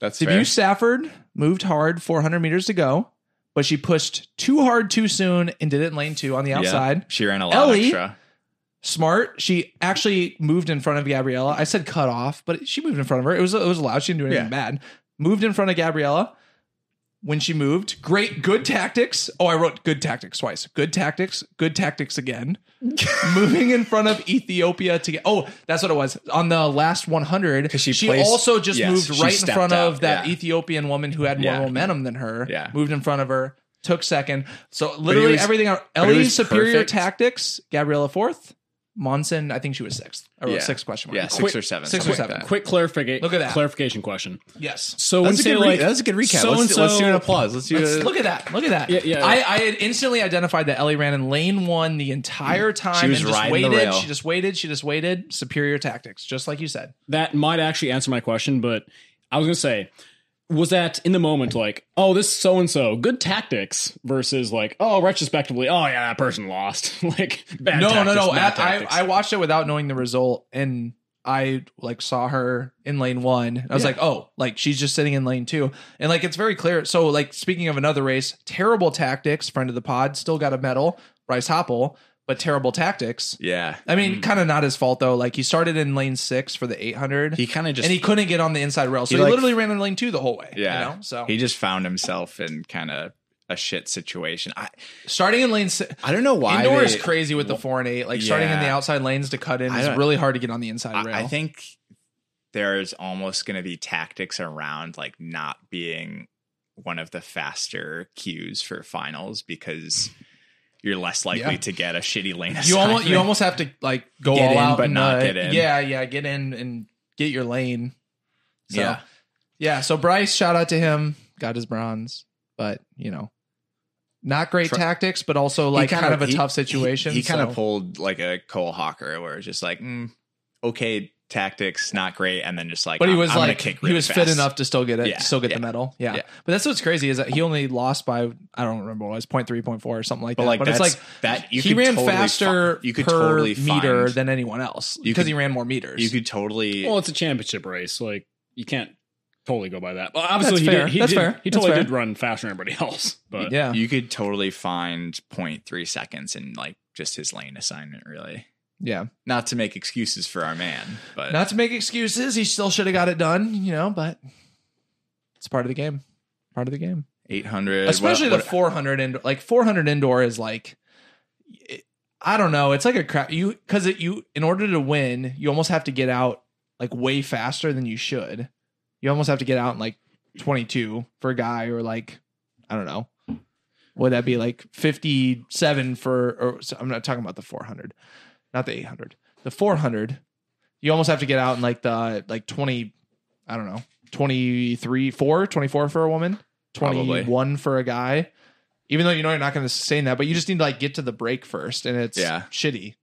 That's fair.
Debut Safford moved hard, 400 meters to go, but she pushed too hard too soon and did it in lane two on the
Yeah.
outside.
She ran a lot
Ellie-
extra.
Smart. She actually moved in front of Gabriella. I said cut off, but she moved in front of her. It was it was allowed. She didn't do anything
Yeah.
bad. Moved in front of Gabriella. When she moved, great, good tactics. Oh, I wrote good tactics twice. Good tactics, good tactics again. Moving in front of Ethiopia to get. Oh, that's what it was. On the last 100,
'Cause she
she
placed-
also just
yes,
moved
she
right in
stepped
front
out,
of that
yeah.
Ethiopian woman who had more
Yeah.
momentum than her.
Yeah.
Moved in front of her, took second. So literally
was-
everything.
it
Ellie's
was
superior
perfect.
tactics. Gabriella fourth. Monson, I think she was sixth. I wrote
Yeah.
sixth question mark.
Yeah, six
Quick-
or seven.
six or
something like
seven.
that.
Quick clarification.
Look at that.
clarification question.
Yes.
So when
That's a
say
good re-
like
that's a good recap.
So
let's,
and
do, let's do an
so
applause. Let's do
Let's
a,
look at that. Look at that.
Yeah, yeah,
I,
yeah.
I had instantly identified that Ellie ran in lane one the entire time
was
and just
riding the
waited.
rail.
She just waited. She just waited. Superior tactics, just like you said.
that might actually answer my question, but I was gonna say, was that in the moment like, oh, this so and so good tactics versus like, oh, retrospectively, oh yeah, that person lost, like bad.
no,
tactics,
no, no.
bad
I,
tactics.
I, I watched it without knowing the result, and I like saw her in lane one. I was like, oh, like she's just sitting in lane two, and like it's very clear. So like speaking of another race, terrible tactics. Friend of the pod still got a medal. Bryce Hopple, but terrible tactics.
yeah.
I mean, kind of not his fault though. Like he started in lane six for the 800,
He kind of just
and he couldn't get on the inside rail, so
He,
he,
like-
literally ran in lane two the whole way.
yeah.
you know? so
he just found himself in kind of a shit situation. I
starting in lane six.
I don't know why
Indoor
they-
is crazy with the four and eight. Like starting in
Yeah.
the outside lanes to cut in
I
is
don't-
really hard to get on the inside rail.
I, I think there's almost going to be tactics around like not being one of the faster cues for finals because you're less likely
Yeah.
to get a shitty lane.
you almost you
assignment.
almost have to like go
Get
all
in,
out
but
and,
not
uh,
get in.
Yeah, yeah, get in and get your lane. So,
yeah.
yeah, yeah. So Bryce, shout out to him, got his bronze, but you know, not great
Tr-
tactics, but also like
He
kind, of, a
he-
tough situation.
He, he kind
so-
of pulled like a Cole Hawker, where it's just like, mm, okay, tactics not great, and then just like,
but he
I'm-
was
I'm gonna
like
kick
he
really
was fit
fast.
enough to still get it,
Yeah,
still get
yeah,
the medal. Yeah.
yeah.
but that's what's crazy is that he only lost by I don't remember what it was 0.3, 0.4 or something like
But
that.
like,
but it's
that's-
like
that you
he
could
ran
totally
faster
fi- you could
per
totally
meter
find-
than anyone else
You
because
could-
he ran more meters.
You could totally.
well, it's a championship race, like you can't totally go by that. Well, obviously,
That's
he
fair.
did. He,
That's
did,
fair.
he
That's
totally
fair.
did run faster than everybody else, but
yeah,
you could totally find 0.3 seconds in like just his lane assignment, really.
yeah.
Not to make excuses for our man, but
Not to make excuses, he still should have got it done, you know, but it's part of the game. Part of the game.
800,
Especially
what-
the 400 indoor. Like 400 indoor is like it- I don't know, it's like a crap you cuz it you in order to win, you almost have to get out like way faster than you should. You almost have to get out in like 22 for a guy or like I don't know. Would that be like 57 for or so I'm not talking about the 400. Not the 800. The 400 you almost have to get out in like the like 20 i don't know 23 4 24 for a woman
Probably.
21 for a guy even though you know you're not going to sustain that but you just need to like get to the break first and it's
Yeah.
shitty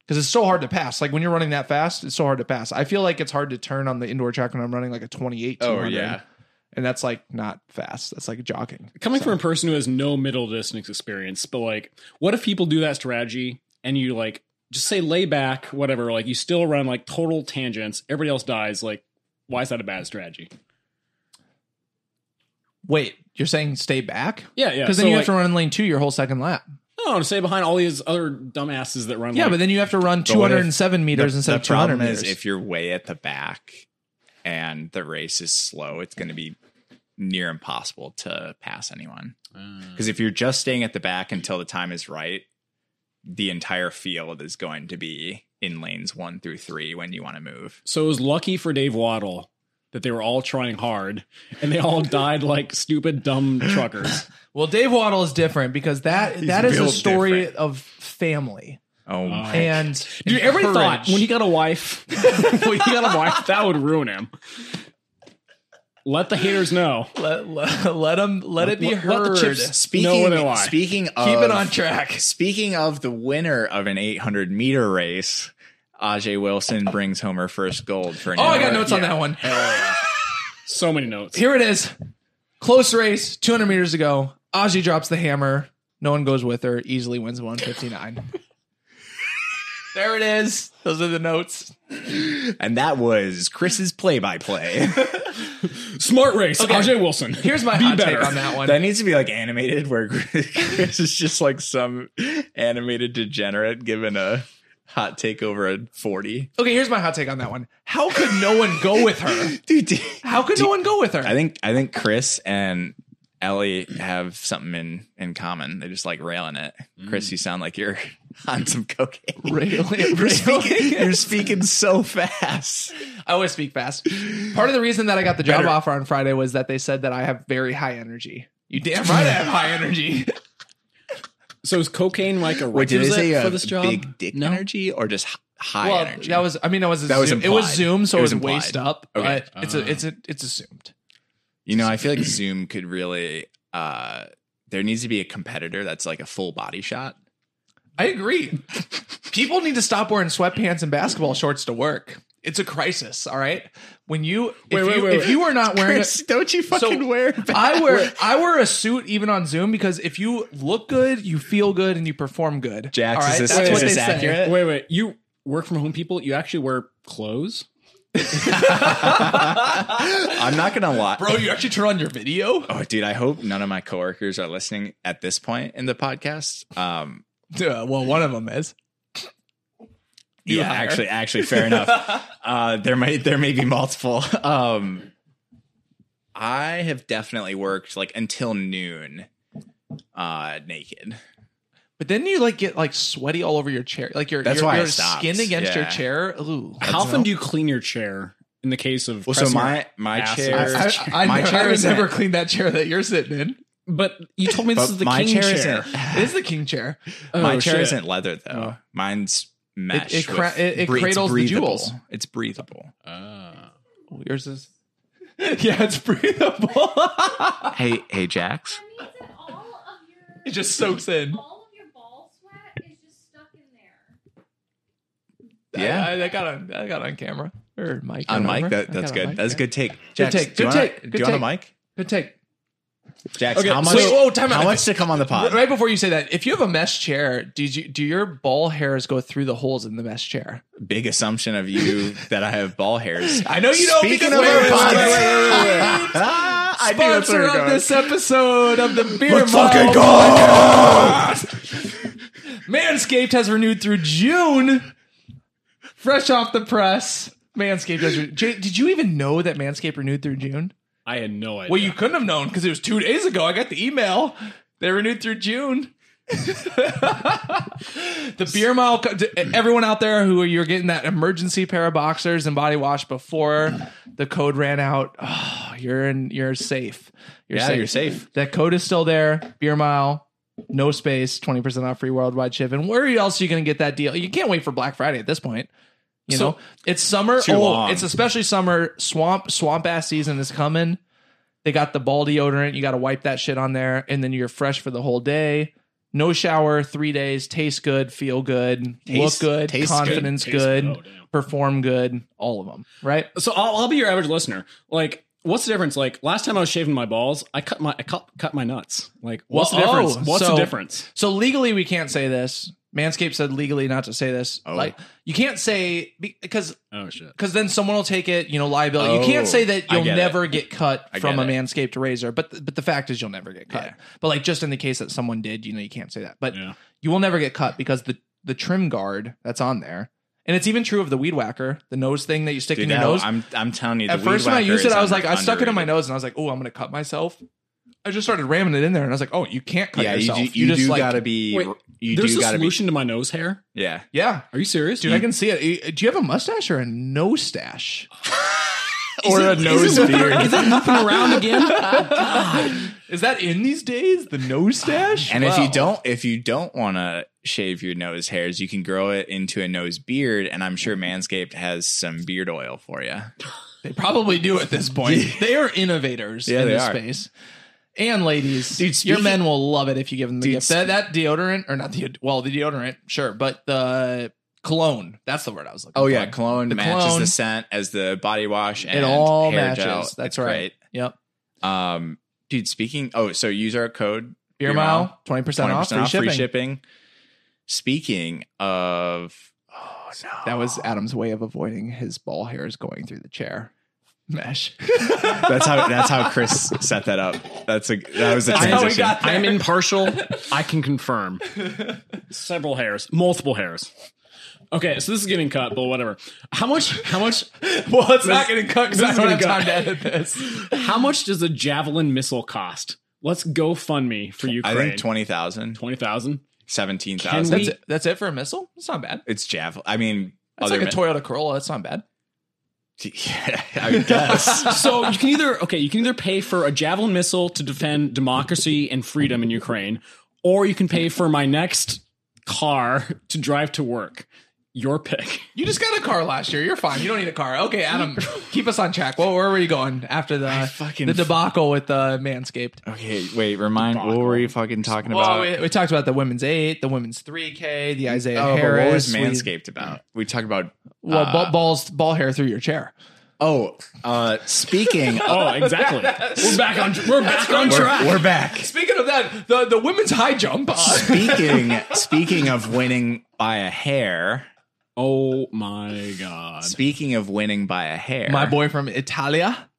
because it's so hard to pass like when you're running that fast it's so hard to pass i feel like it's hard to turn on the indoor track when i'm running like a 28
Oh,
200,
yeah.
and that's like not fast that's like jogging
coming
So-
from a person who has no middle distance experience, but like, what if people do that strategy and you like just say lay back, whatever, like you still run like total tangents, everybody else dies, like why is that a bad strategy?
wait you're saying stay back
Yeah, yeah.
because then
so,
you
like,
have to run in lane two your whole second lap
No, to stay behind all these other dumbasses that run.
yeah
like,
but then you have to run
But what if
207 meters
the,
instead
the
of 200
problem
meters
is if you're way at the back and the race is slow, it's going to be near impossible to pass anyone.
Mm.
Because if you're just staying at the back until the time is right, the entire field is going to be in lanes one through three when you want to move.
so it was lucky for Dave Waddle that they were all trying hard and they all died like stupid dumb truckers.
Well, Dave Waddle is different because that that is a
built
story
different.
of family
Oh, my.
and
Dude, everybody thought
courage.
when he got a wife, when he got a wife, that would ruin him. Let the haters know.
let, let, let him let it be
Let-
heard.
let the chips
Speaking,
know where they lie.
speaking of
Keep it on track.
Speaking of the winner of an 800 meter race, Ajay Wilson brings home her first gold for.
Oh, I got notes on that one.
So many notes.
Here it is. Close race, 200 meters ago. Ozzy drops the hammer. No one goes with her. Easily wins 159. There it is. Those are the notes.
And that was Chris's play by play.
Smart race. RJ Wilson.
Here's my
Be
hot
better.
take on that one.
That needs to be like animated where Chris is just like some animated degenerate given a hot take over a 40.
okay, here's my hot take on that one. How could no one go with her?
Dude, dude.
How could no one go with her?
I think I think Chris and Ellie have something in, in common. They just like railing it. Chris,
Mm.
you sound like you're on some cocaine.
Really?
You're speaking, you're speaking so fast.
I always speak fast. Part of the reason that I got the job
Better.
offer on Friday was that they said that I have very high energy. You damn right I have high energy.
So is cocaine like a
Wait, did they
requisite
say
for
uh,
this job?
big dick
No?
energy or just h- high
well,
energy?
that was I mean that was
That was
assumed- it was
implied.
Zoom, so
It
it
was
was,
implied.
waste up.
Okay.
But it's a,
Ah.
it's a, it's assumed.
You know, I feel like Zoom could really. uh There needs to be a competitor that's like a full body shot.
I agree. People need to stop wearing sweatpants and basketball shorts to work. It's a crisis, all right? When you if,
Wait, wait,
you,
wait,
if
wait.
you are not wearing a,
don't you
fucking
wear?
I wear I wear a suit even on Zoom because if you look good, you feel good and you perform good.
Jax,
all
is
right?
this-
That's
is
what
this
they say.
accurate?
Wait, wait. You work from home people, you actually wear clothes?
I'm not gonna lie,
Bro, you actually turn on your video?
Oh, dude, I hope none of my coworkers are listening at this point in the podcast. Um,
Duh, well, one of them is. You
yeah,
hire.
actually, actually, fair enough. Uh, there might there may be multiple. Um, I have definitely worked like until noon, uh, naked.
But then you like get like sweaty all over your chair, like your
That's
your,
why I
your
stopped.
skin against your
Yeah.
chair. Ooh,
How often do you clean your chair in the case of
Well, so
pressing-
my my
ass
chair,
off.
I, I,
my
my
chair
chair has
isn't-
never cleaned that chair that you're sitting in.
But you told me this is
but
the
my
king chair.
chair, isn't
It is the king chair.
my
Oh,
chair
shit.
isn't leather though.
Oh.
Mine's mesh.
it cra-
with
it- it
bre- it's
cradles the
breathable.
jewels.
It's breathable.
Ah.
Ooh, yours is. Yeah, it's breathable.
Hey, hey, Jax.
means that all of your
it just soaks in.
all of your ball sweat is just stuck in there.
Yeah.
I, I, that got on. That got on camera or mic.
On mic,
whatever.
that, that's
got on
good.
mic,
that's a
yeah.
good take. Jax,
take,
Do you
good
want,
take,
Do
good
you want a
take.
mic?
Good take.
Jax,
Okay,
how much?
so-
whoa, time
how
out.
much to come on the pod?
Right before you say that, if you have a mesh chair, do you do your ball hairs go through the holes in the mesh chair?
Big assumption of you that I have ball hairs.
I know you don't.
Speaking
because-
of
wait,
our
wait, wait,
pods,
wait, wait, wait, wait, wait, wait.
Ah, I think that's
sponsor
where we're
of
going.
this episode of the Beer
Let's
Mile
fucking go!
Podcast. Manscaped has renewed through June. Fresh off the press. Manscaped has renewed. Jay, did you even know that Manscaped renewed through June?
I had no idea.
Well, you couldn't have known because it was two days ago. I got the email. They renewed through June. the beer mile. co- to Everyone out there who you're getting that emergency pair of boxers and body wash before the code ran out, oh, you're in. You're safe. You're
Yeah, you're safe.
That code is still there. Beer mile. No space. Twenty percent off free worldwide shipping. Where else are you going to get that deal? You can't wait for Black Friday at this point. You
So-
know, it's summer.
Too
oh,
long.
it's especially summer. Swamp swamp ass season is coming. They got the ball deodorant. You got to wipe that shit on there, and then you're fresh for the whole day. No shower, three days. Taste good, feel good,
Taste-
look good,
taste
confidence
Taste
good,
good. Oh, damn.
perform good. All of them, right?
so I'll, I'll be your average listener. Like, what's the difference? Like last time I was shaving my balls, I cut my I cut, cut my nuts. Like, what's the
Well, oh,
difference? what's
so-
the difference?
So legally, we can't say this. Manscaped said legally not to say this.
Oh.
Like you can't say because
Oh shit.
because then someone will take it. You know, liability.
Oh,
you can't say that
I
you'll
get
never get cut
I
from
get
a
it.
manscaped razor. But th- but the fact is, you'll never get cut.
Yeah.
But like just in the case that someone did, you know, you can't say that. But
Yeah.
you will never get cut because the the trim guard that's on there, and it's even true of the weed whacker, the nose thing that you stick in
Dude,
your
that-
nose.
I'm, I'm telling you. the
At
weed
first, when I
whacker
used it,
is
I was
under-
like, I stuck it in my
underrated.
nose, and I was like, oh, I'm gonna cut myself. I just started ramming it in there, and I was like, oh, you can't cut
Yeah,
yourself.
you do, you
just
do
like,
gotta be.
Wait,
you
There's
do
a
gotta be.
solution to my nose hair.
Yeah,
yeah.
Are you serious,
Dude, I can see it. Uh, Do you have a mustache or a no stash?
or a nose beard.
Is it hopping around again?
Is that in these days? The no stash?
And if you
Wow.
don't, if you don't want to shave your nose hairs, you can grow it into a nose beard, and I'm sure Manscaped has some beard oil for you.
They probably do at this point. they are innovators
Yeah,
in
they
this
are.
space. And ladies,
Dude,
your
speaking-
men will love it if you give them the
Dude,
gift. That, that deodorant, or not the well, the deodorant, sure, but the cologne. That's the word I was looking.
Oh
for.
yeah, cologne
The
matches
cologne.
the scent as the body wash. And
it all
hair
matches.
gel.
That's
It's
right. Yep.
great. Um, dude, speaking. Oh, so use our code
Beer,
Beer
mile,
mile,
twenty percent
twenty
off,
percent
free
off free
shipping.
shipping. Speaking of, oh,
That was Adam's way of avoiding his ball hairs going through the chair mesh.
That's how that's how Chris set that up. That's a that was a
That's how we
transition.
got
I am impartial. I can confirm. Several hairs, multiple hairs. Okay, so this is getting cut, but whatever. How much? How much?
well, it's not going to cut because
this
I
is
don't have
gonna
time
cut.
to edit this.
How much does a javelin missile cost? Let's go fund me for
I
Ukraine.
think 20,000,
twenty thousand.
17,000.
Can
That's
we-
it, that's it for a missile. It's not bad.
It's javelin. I mean,
That's
other
like a
men-
Toyota Corolla. That's not bad.
Yeah, I guess.
so you can either okay, you can either pay for a javelin missile to defend democracy and freedom in Ukraine, or you can pay for my next car to drive to work. Your pick.
You just got a car last year. You're fine. You don't need a car. Okay, Adam, keep us on track. Well, where were you going after the
fucking-
the debacle with uh, Manscaped?
okay, wait, remind what were you fucking talking
Well,
about?
we, we talked about the women's eight, the women's three k, the Isaiah
oh, but
Harris.
what was
we-
Manscaped about? We talked about uh,
well, ball, balls, ball hair through your chair.
Oh, uh speaking of,
Oh, exactly. we're back on. We're back on track.
we're, we're back.
Speaking of that, the the women's high jump. uh,
Speaking speaking of winning by a hair,
Oh my god.
speaking of winning by a hair.
my boy from Italia.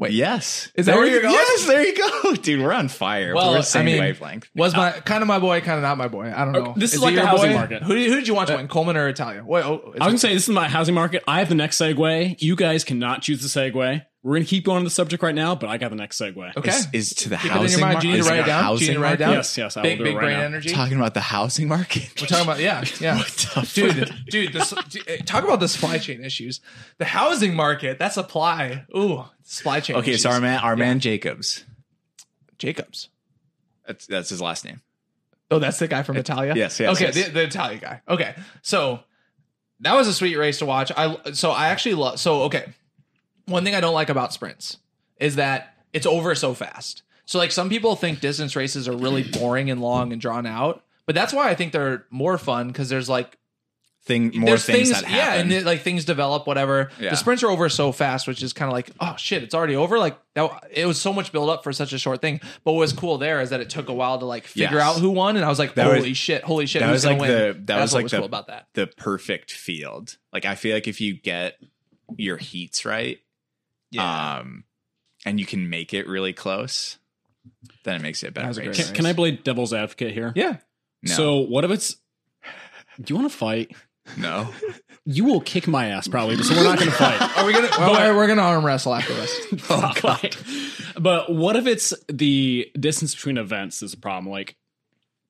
Wait, yes.
Is that
There
where
you-
you're going?
Yes, there you go. Dude, we're on fire.
Well,
we're the
I
same
mean-
wavelength.
Was my kind of my boy, kind of not my boy. I don't know.
this is
it
like the
your
housing
boy? Uh,
market.
Who, did- who did you want to win, Coleman or Italia? Wait, oh, is
I was
it-
gonna say this is my housing market. I have the next segue. You guys cannot choose the segue. We're gonna keep going on the subject right now, but I got the next segue.
okay.
Is, is to the
Keep it in your
housing
mind.
market.
Do you need to write it down? Do you need to write it down?
Yes, yes, I will
big
do it
big
right
brain
now.
energy.
Talking about the housing market.
We're talking about yeah, yeah. dude, dude, this, dude, eh, talk about the supply chain issues. The housing market, that supply. Ooh, supply chain.
Okay,
issues.
so our man, our man Jacobs.
Jacobs.
That's that's his last name.
Oh, that's the guy from Italia.
yes, yes,
Okay,
yes.
The, the Italia guy. Okay, so that was a sweet race to watch. I so I actually love. So okay, one thing I don't like about sprints is that it's over so fast. So like some people think distance races are really boring and long and drawn out, but that's why I think they're more fun because there's like
Thing more
there's
things, that
yeah,
happen.
and it, like things develop, whatever.
Yeah.
The sprints are over so fast, which is kind of like, oh shit, it's already over. Like that, it was so much build up for such a short thing. But what was cool there is that it took a while to like figure
Yes.
out who won, and I was like,
That was-
holy shit, holy shit,
that
who's
was like
gonna win?
the that
That's
was
what
like
was
the
cool about that.
the perfect field. Like I feel like if you get your heats right, um, and you can make it really close, then it makes it a better.
That was a
race.
great
Can, can I play devil's advocate here?
yeah,
No,
So what if it's? Do you want to fight?
no.
You will kick my ass probably, but so we're not gonna fight.
are we gonna? Well, we're, we're gonna arm wrestle after this.
oh, God. But what if it's the distance between events is a problem? Like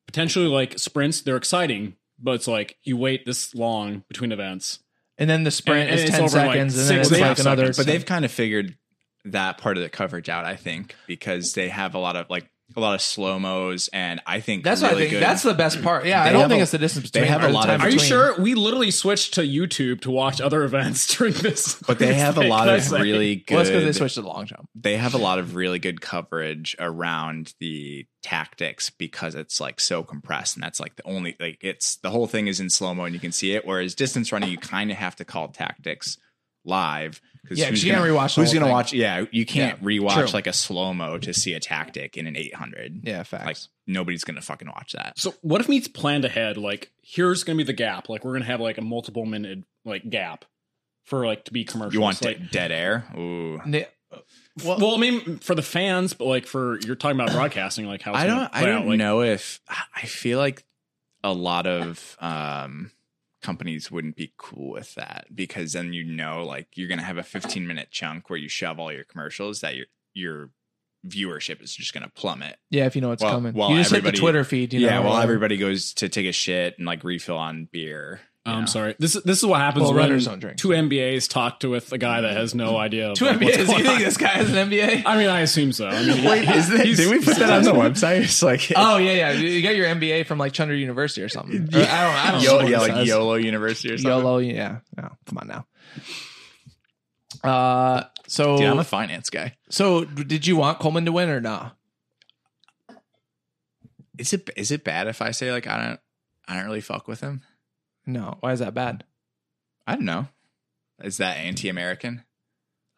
potentially like sprints, they're exciting, but it's like you wait this long between events.
And then the
And-
sprint
and
is
it's
ten
over, like,
seconds, and then
six
it's
and a
like
half
another.
seconds.
but they've kind of figured that part of the coverage out, I think, because they have a lot of like a lot of slow mos, and I think
that's what I
really
think.
good-
That's the best part. Yeah,
They
I don't
have
think
a-
it's the distance
they
between.
have
or
a
the
lot
time
of-
Are you
between.
sure? We literally switched to YouTube to watch other events during this.
But they have a
Like,
lot of
that's like-
really good.
Well, that's because they switched to the long jump.
they have a lot of really good coverage around the tactics because it's like so compressed and that's like the only like it's the whole thing is in slow mo and you can see it whereas distance running you kind of have to call tactics live because
Yeah, 'cause you can't rewatch the
who's
whole
gonna
thing.
watch yeah you can't
Yeah,
rewatch
true.
like a slow mo to see a tactic in an 800
Yeah, facts.
like nobody's gonna fucking watch that
So what if meets planned ahead? Like here's gonna be the gap. Like we're gonna have like a multiple minute like gap for like to be commercial.
you want
like,
de- dead air ooh
And they-
well, I mean for the fans, but like for you're talking about broadcasting, like how it's
I
gonna
don't I
play out,
don't
like,
know if I feel like a lot of um companies wouldn't be cool with that because then you know like you're going to have a 15 minute chunk where you shove all your commercials that your your viewership is just going to plummet.
Yeah, if you know what's
Well-
coming.
well,
you just hit the
everybody-
Twitter feed. You
yeah,
know,
well
or-
everybody goes to take a shit and like refill on beer.
Um,
you know?
I'm um, sorry. This is this is what happens
Well,
when
runners don't drink.
two MBAs talked to with a guy that has no idea.
Two
like, what's
MBAs.
going
You think
on.
this guy is an MBA?
I mean, I assume so. I mean,
Wait, is that, did we put that on the website? It's like
oh yeah, yeah. You got your MBA from like Chunder University or something. Or, I don't. I don't
Yo-
know. what
yeah,
it
like
says.
YOLO University or something.
YOLO. Yeah. No, come on now. Uh, so
Dude, I'm a finance guy.
so did you want Coleman to win or not?
Is it is it bad if I say like I don't I don't really fuck with him?
No. Why is that bad?
I don't know. Is that anti-American?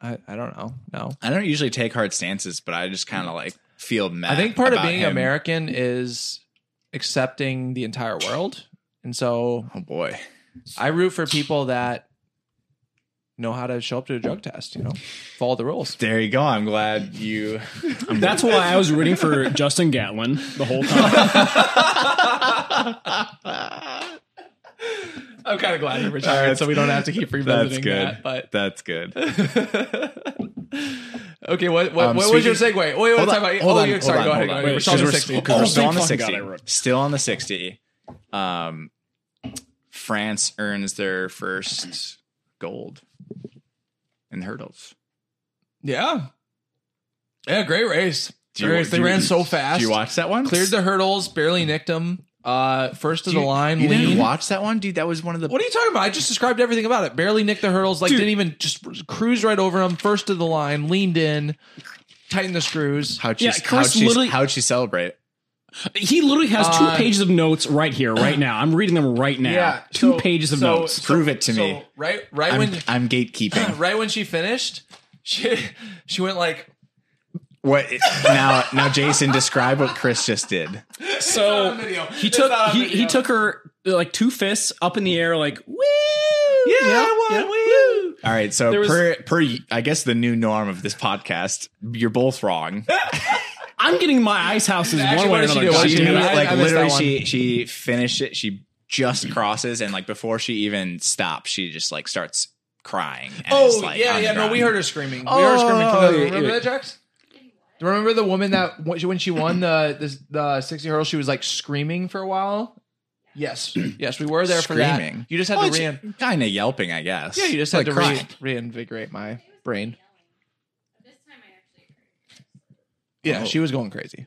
I, I don't know. No.
I don't usually take hard stances, but I just kind of like feel mad.
I think part of
about
being
him.
American is accepting the entire world, and so
Oh boy,
I root for people that know how to show up to a drug test. You know, follow the rules.
There you go. I'm glad you.
That's why I was rooting for Justin Gatlin the whole time.
I'm kind of glad you retired,
That's-
so we don't have to keep
That's
revisiting
good.
that. But
That's good.
okay, what what,
Um,
what was your segue?
speaking-
Wait, wait,
Hold
talk
on,
about?
hold
oh,
on,
you're, sorry.
hold
go
on,
ahead.
hold on.
Go ahead. We're still on
Because
the
we're- okay, Oh,
60.
we're still on the
thank fucking God I
60.
wrote.
Still on the 60. Um, France earns their first gold in hurdles.
Yeah, yeah, great race.
Do you-
Great race.
do
They
you-
ran so fast.
Do you watch that one?
Cleared the hurdles, barely nicked them. Uh, first of
Do you-
the line.
You didn't
lean.
watch that one, dude. That was one of the.
What are you talking about? I just described everything about it. Barely nicked the hurdles, like
Dude.
didn't even just cruised right over them. First to the line, leaned in, tightened the screws.
How'd she,
Yeah, Chris
how'd, she,
literally-
how'd she celebrate?
he literally has two
Uh,
pages of notes right here, right now. I'm reading them right now. two pages of notes.
Prove it to me.
Right, right
I'm,
when,
I'm gatekeeping.
right when she finished, she she went like,
what now? Now, Jason, describe what Chris just did.
So
video.
he
It's
took
not on
he,
video.
he took her like two fists up in the air, like woo.
I won. Woo. All right, so
There was-
per per I guess the new norm of this podcast, you're both wrong.
I'm getting my ice houses
Actually,
one way or
what did she
another.
do? What did
she
she do?
goddamn
I-
it.
like
I missed
literally
that one.
she she finished it she just crosses and like before she even stops she just like starts crying and
"Oh
is, like,
yeah,
on the
yeah." No,
ground.
we heard her screaming. we heard her screaming. From
Oh,
the, remember
yeah.
that, Jax? Remember the woman that when she- when she won the this, the sixty hurdles, she was like screaming for a while. Yes, yes, we were there for
Screaming?
that. You just had
well,
to rein.
kind of yelping I guess
Yeah, you just
like
had to
crying.
re- reinvigorate my brain.
This time I actually agree.
Yeah,
Oh.
she was going crazy.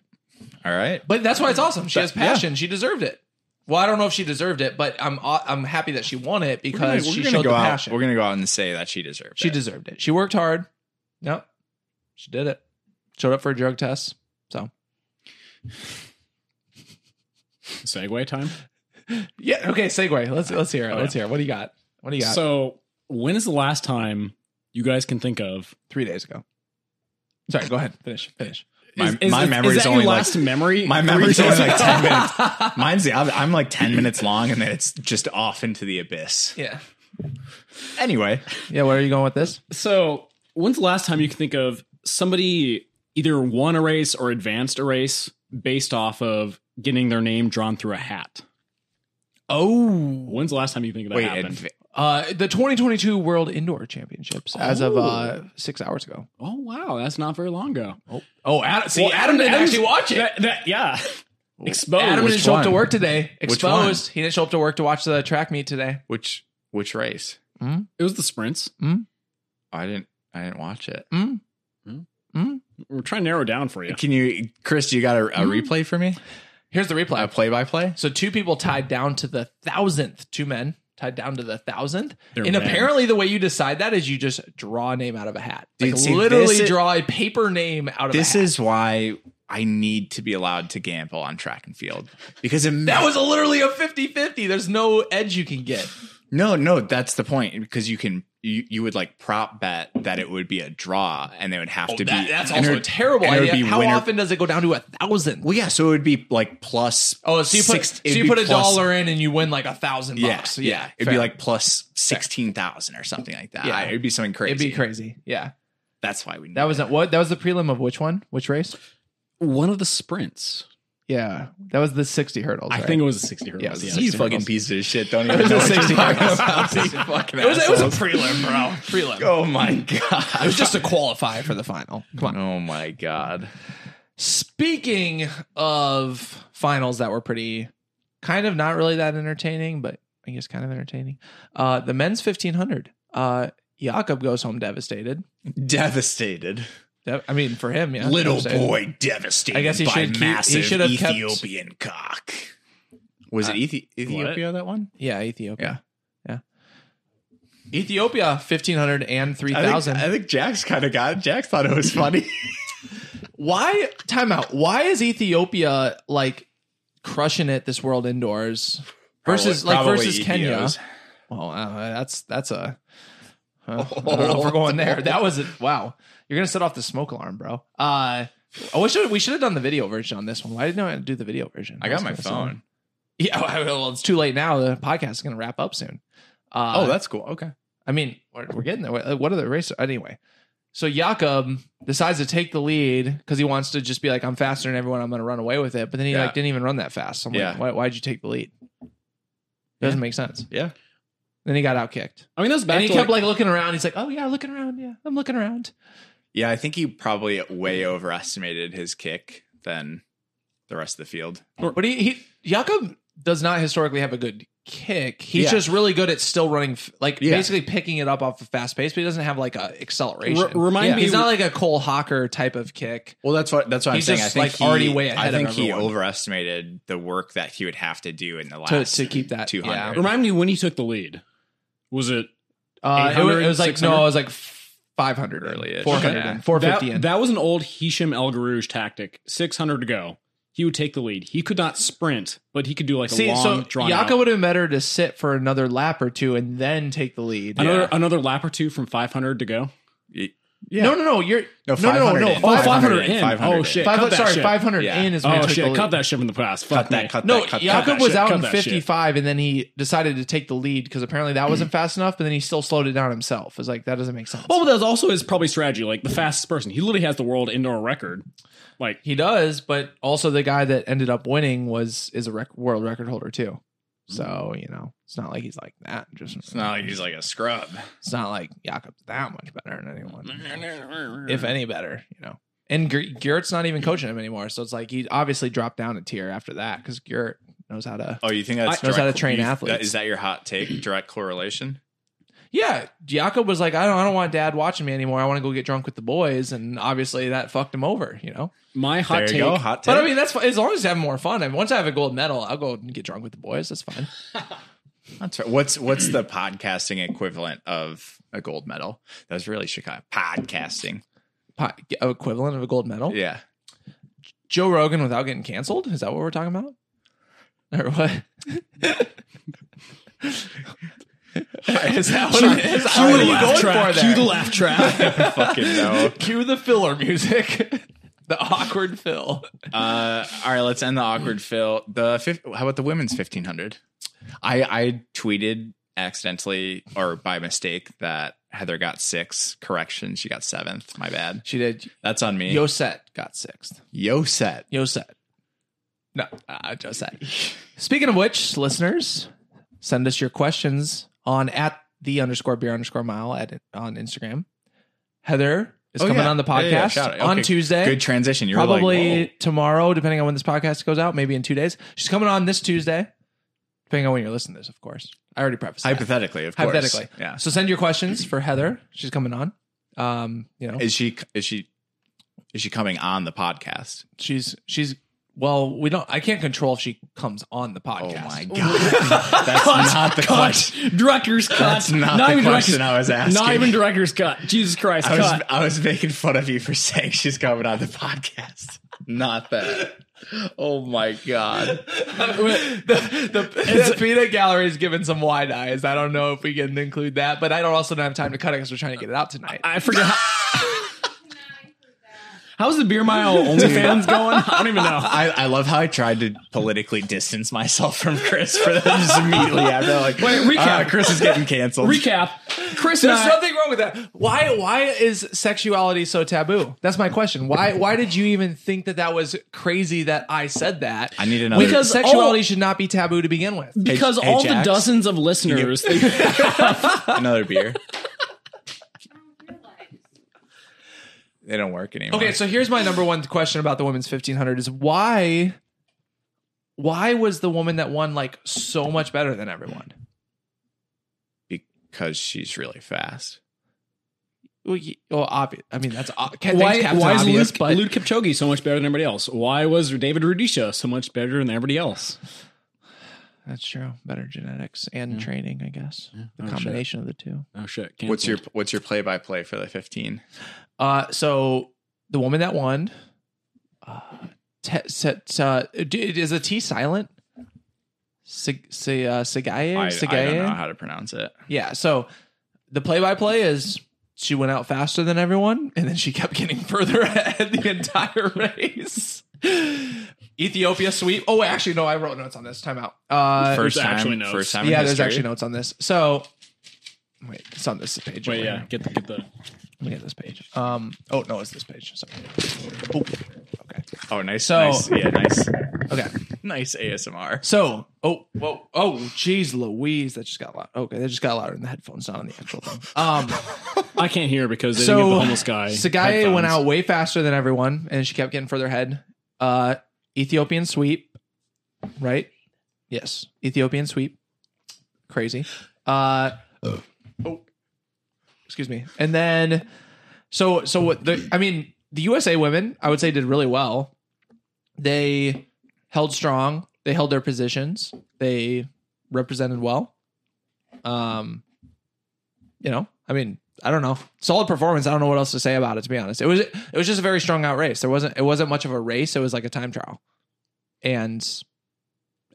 all right
But that's why it's awesome. She has
That-
passion. She deserved it. Well, I don't know if she deserved it, but I'm I'm happy that she won it
we're gonna,
because
we're
she
gonna
showed
go
the
out
passion.
we're gonna go out and say that she deserved
she
it.
deserved it. She worked hard. Yep. She did it. Showed up for a drug test. So
segue time.
yeah. Okay. Segue. Let's let's hear it.
Oh,
let's hear it. What do you got? What do you got?
So when is the last time you guys can think of?
Three days ago. Sorry. Go ahead. Finish. Finish.
my,
is, is-
my
is
memory's
that your
only
last
like
memory.
my
Three
memory's
days
only like
ago?
10 minutes mine's the I'm, I'm like 10 minutes long and then it's just off into the abyss
Yeah.
anyway
Yeah. Where are you going with this?
So, when's the last time you can think of somebody either won a race or advanced a race based off of getting their name drawn through a hat?
Oh.
When's the last time you think that
wait
happened?
adv-
Uh, the 2022 World Indoor Championships as of uh six hours ago.
oh wow, that's not very long ago.
Oh, Adam, see,
Well,
Adam, didn't
Adam's-
actually watch it.
That, that- yeah, exposed.
Adam
Oh, Which
didn't show up to
one?
work today.
one?
Exposed. He didn't show up to work to watch the track meet today.
which which race
it was the sprints.
I didn't I didn't watch it
We're trying to narrow down for you.
Can you, Chris? You got a,
Mm-hmm.
a replay for me?
Here's the replay.
A play-by-play?
So two people tied down to the thousandth. Two men tied down to the 1000th
They're
and
men.
apparently, the way you decide that is you just draw a name out of a hat.
Dude,
like
see,
literally
this is-
draw a paper name out of.
This
a hat.
is why I need to be allowed to gamble on track and field because it,
that was literally a 50-50. There's no edge you can get.
no, no. That's the point because you can you, you would like prop bet that it would be a draw and they would have to
Oh, That-
be
that's
and
also
it
a
would-
terrible
and it would
idea.
be
How
winner-
often does it go down to a thousand?
Well, yeah. So it would be like plus.
Oh, so you put
six-
so
it'd
you
be
put a
plus-
dollar in and you win like a thousand
Yeah,
bucks.
yeah,
Yeah,
It'd
fair.
be like plus sixteen thousand or something like that.
Yeah.
it'd be something crazy.
it'd be crazy. Yeah,
That's why we. Need
that was
it.
what that was the prelim of which one? Which race?
One of the sprints.
Yeah, that was the 60 hurdles.
I
right?
think it was the sixty hurdles.
Yeah, it was the
You fucking piece of shit. Don't even
was
know
a
what you're
60
talking
bucks.
about. You fucking
it was, it was a
assholes.
prelim, bro. Prelim.
Oh my god!
It was just to qualify for the final. Come on.
Oh my god!
Speaking of finals that were pretty, kind of not really that entertaining, but I guess kind of entertaining. Uh, the men's 1500. Uh, Jakob goes home devastated.
Devastated,
Dev- I mean, for him, yeah.
little
devastated.
boy, devastated.
I guess he
by
should keep- he
massive
should have kept- Uh,
Ethiopian cock. Was it Ethi- Ethiopia that one?
Yeah, Ethiopia. Yeah. Ethiopia 1500 and
I think-
3000.
I think, Jack's kind of got. It. Jack thought it was funny.
Why timeout? Why is Ethiopia like crushing it this world indoors versus like versus
E
Kenya? Well, uh, that's that's a. uh, I don't know if we're going there. That was a, wow. You're gonna set off the smoke alarm, bro. Uh, I wish we should have done the video version on this one. Why didn't I do the video version?
I got my phone.
Yeah, well, it's too late now. The podcast is going to wrap up soon. Uh,
oh, that's cool. Okay.
I mean, we're, we're getting there. What what are the races? Anyway, so Jakob decides to take the lead because he wants to just be like, I'm faster than everyone. I'm going to run away with it. But then he
Yeah.
like didn't even run that fast. So I'm
Yeah.
like, Why, why'd you take the lead? Doesn't make sense.
Yeah.
Then he got outkicked.
I mean, that's back
and he
to
kept
like,
like, looking around. He's like, oh, yeah, looking around. Yeah, I'm looking around.
Yeah, I think he probably way overestimated his kick than the rest of the field.
But he, he Jakob does not historically have a good kick. He's
Yeah.
just really good at still running, f- like
Yeah.
basically picking it up off a fast pace, but he doesn't have like a acceleration.
Re- remind me-
he's not like a Cole Hawker type of kick.
Well, that's what that's what
He's
I'm saying.
just,
I think
like,
he,
already way ahead
I
of
think he
everyone.
overestimated the work that he would have to do in the
To-
last
to keep that-
200.
yeah.
remind me when he took the lead. Was it
Uh, it,
800,
was, it was like no,
600?
it was like five hundred early,
Early-ish.
four hundred,
Okay.
four fifty.
that,
in.
that was an old Hisham El Garouge tactic? Six hundred to go. He would take the lead. He could not sprint, but he could do like a
See,
long
so
drawn
Yaka
out.
would have been better to sit for another lap or two and then take the lead.
another
Yeah.
another lap or two from five hundred to go.
Yeah.
No, no, no, you're
No,
no, no, no,
500 in.
five-
Oh,
500
in.
in.
500
Oh,
in.
shit.
five-
cut that
sorry,
shit.
five hundred
Yeah.
in is when
Oh
he took the
shit!
lead.
Cut that shit from the past. Fuck
Cut
me.
that, cut
No,
that, cut
Jakob
that.
was
shit,
out
cut
in
that shit.
55, and then he decided to take the lead because apparently that wasn't fast enough. But then he still slowed it down himself. It's like that doesn't make sense.
Well, but that's also his probably strategy. Like the fastest person, he literally has the world indoor record. Like
he does, but also the guy that ended up winning was is a rec- world record holder too. So you know, it's not like he's like that. Just
Hmm. It's not like he's like a scrub.
it's not like Jakob's that much better than anyone, if any better. You know, and Ger- Garrett's not even coaching him anymore. So it's like he obviously dropped down a tier after that because Garrett knows how to.
Oh, you think that's
I- knows how to
direct-
train
you-
athletes.
that- Is that your hot take? Direct correlation?
Yeah, Jakob was like, I don't, I don't want dad watching me anymore. I want to go get drunk with the boys, and obviously that fucked him over, you know.
my hot
there
take.
you go. Hot take.
But I mean, that's fine. as long as I have more fun. I mean, once I have a gold medal, I'll go and get drunk with the boys. That's fine.
That's right. What's what's the podcasting equivalent of a gold medal? That was really Chicago podcasting.
Po- equivalent of a gold medal.
Yeah,
Joe Rogan without getting canceled. Is that what we're talking about? Or what? is that what, it is?
Cue
What
the
are you
laugh
going
track.
for
Cue
there?
the laugh track.
fucking no.
Cue the filler music. the awkward fill.
Uh, all right, let's end the awkward fill. The fif- how about the women's fifteen hundred? I I tweeted accidentally or by mistake that Heather got six. Correction, she got seventh. My bad.
She did.
That's on me.
Yoset got sixth.
Yo set.
Yoset. No, uh, Joset. Speaking of which, listeners, send us your questions on at the underscore beer underscore mile at on Instagram. Heather is
Oh,
coming
yeah.
on the
Yeah, yeah, yeah.
podcast
Shout out.
on
Okay.
Tuesday.
Good transition. You're
probably
Like,
tomorrow, depending on when this podcast goes out, maybe in two days. She's coming on this Tuesday, depending on when you're listening to this, of course. I already prefaced
whoa.
that.
hypothetically, of course.
Hypothetically.
Yeah.
So send your questions for Heather. She's coming on. Um, you know,
Is she is she is she coming on the podcast?
she's she's well, we don't I can't control if she comes on the
Oh
podcast.
god, that's not the question.
director's cut.
That's not, the
even
question
director's-
I was asking.
Not even director's cut. Jesus Christ,
I was,
cut.
I was making fun of you for saying she's coming on the podcast. Not that. Oh my god.
the, the, the peanut gallery is giving some wide eyes. I don't know if we can include that, but I don't also don't have time to cut it because we're trying to get it out tonight.
I forgot. How,
Cannot include that.
how's the Beer Mile OnlyFans going? I don't even know.
I, I love how I tried to politically distance myself from Chris for that just immediately after. Like,
Wait, recap.
"Ah, Chris is getting canceled.
Recap. Chris and
There's
I,
nothing wrong with that. Why? Why is sexuality so taboo? That's my question. Why? Why did you even think that that was crazy that I oh. said that?
I need another-
because
Because
sexuality
all-
should not be taboo to begin with.
because
Hey,
all
Jax.
the dozens of listeners think
Another beer.
Oh, your lives.
They don't work anymore.
Okay, so here's my number one question about the women's 1500 is why why was the woman that won like so much better than everyone?
because she's really fast.
Well, ye- well obvious. I mean, that's o- can-
why,
thanks, Captain
why is
obvious,
Luke,
but
Luke Kipchoge so much better than everybody else? Why was David Rudisha so much better than everybody else?
that's true. Better genetics and training, I guess. The
Oh, shit.
combination of the two.
Oh shit!
What's your
canceled.
what's your play by play for the fifteen?
Uh, so the woman that won, uh, te- set, uh, d- is a T silent? Sig, sig, uh, Sigaye?
I, I don't know
Sigaye?
how to pronounce it.
Yeah. So the play by play is she went out faster than everyone and then she kept getting further ahead the entire race. Ethiopia sweep. Oh, actually, no, I wrote notes on this. Time out. Uh,
first
there's
time,
actually notes.
first time. in
yeah, there's
history.
actually notes on this. So, wait, it's on this page.
Wait, yeah, get the get the.
Let me get this page. Um, oh no, it's this page. Sorry. Oh, okay.
Oh, nice.
So-
nice, yeah, nice,
Okay.
nice ASMR.
So, oh, whoa, oh, jeez, Louise, that just got loud. Okay, that just got louder in the headphones, not on the actual thing. Um,
I can't hear because they didn't
so
give the homeless guy.
Sagaye
headphones.
went out way faster than everyone, and she kept getting further ahead. Uh, Ethiopian sweep, right? Yes, Ethiopian sweep. Crazy. Uh, oh, excuse me. And then, so so what the? I mean, the USA women, I would say, did really well. They held strong. They held their positions. They represented well. Um, you know, I mean, I don't know. Solid performance. I don't know what else to say about it. To be honest, it was it was just a very strong out race. There wasn't it wasn't much of a race. It was like a time trial, and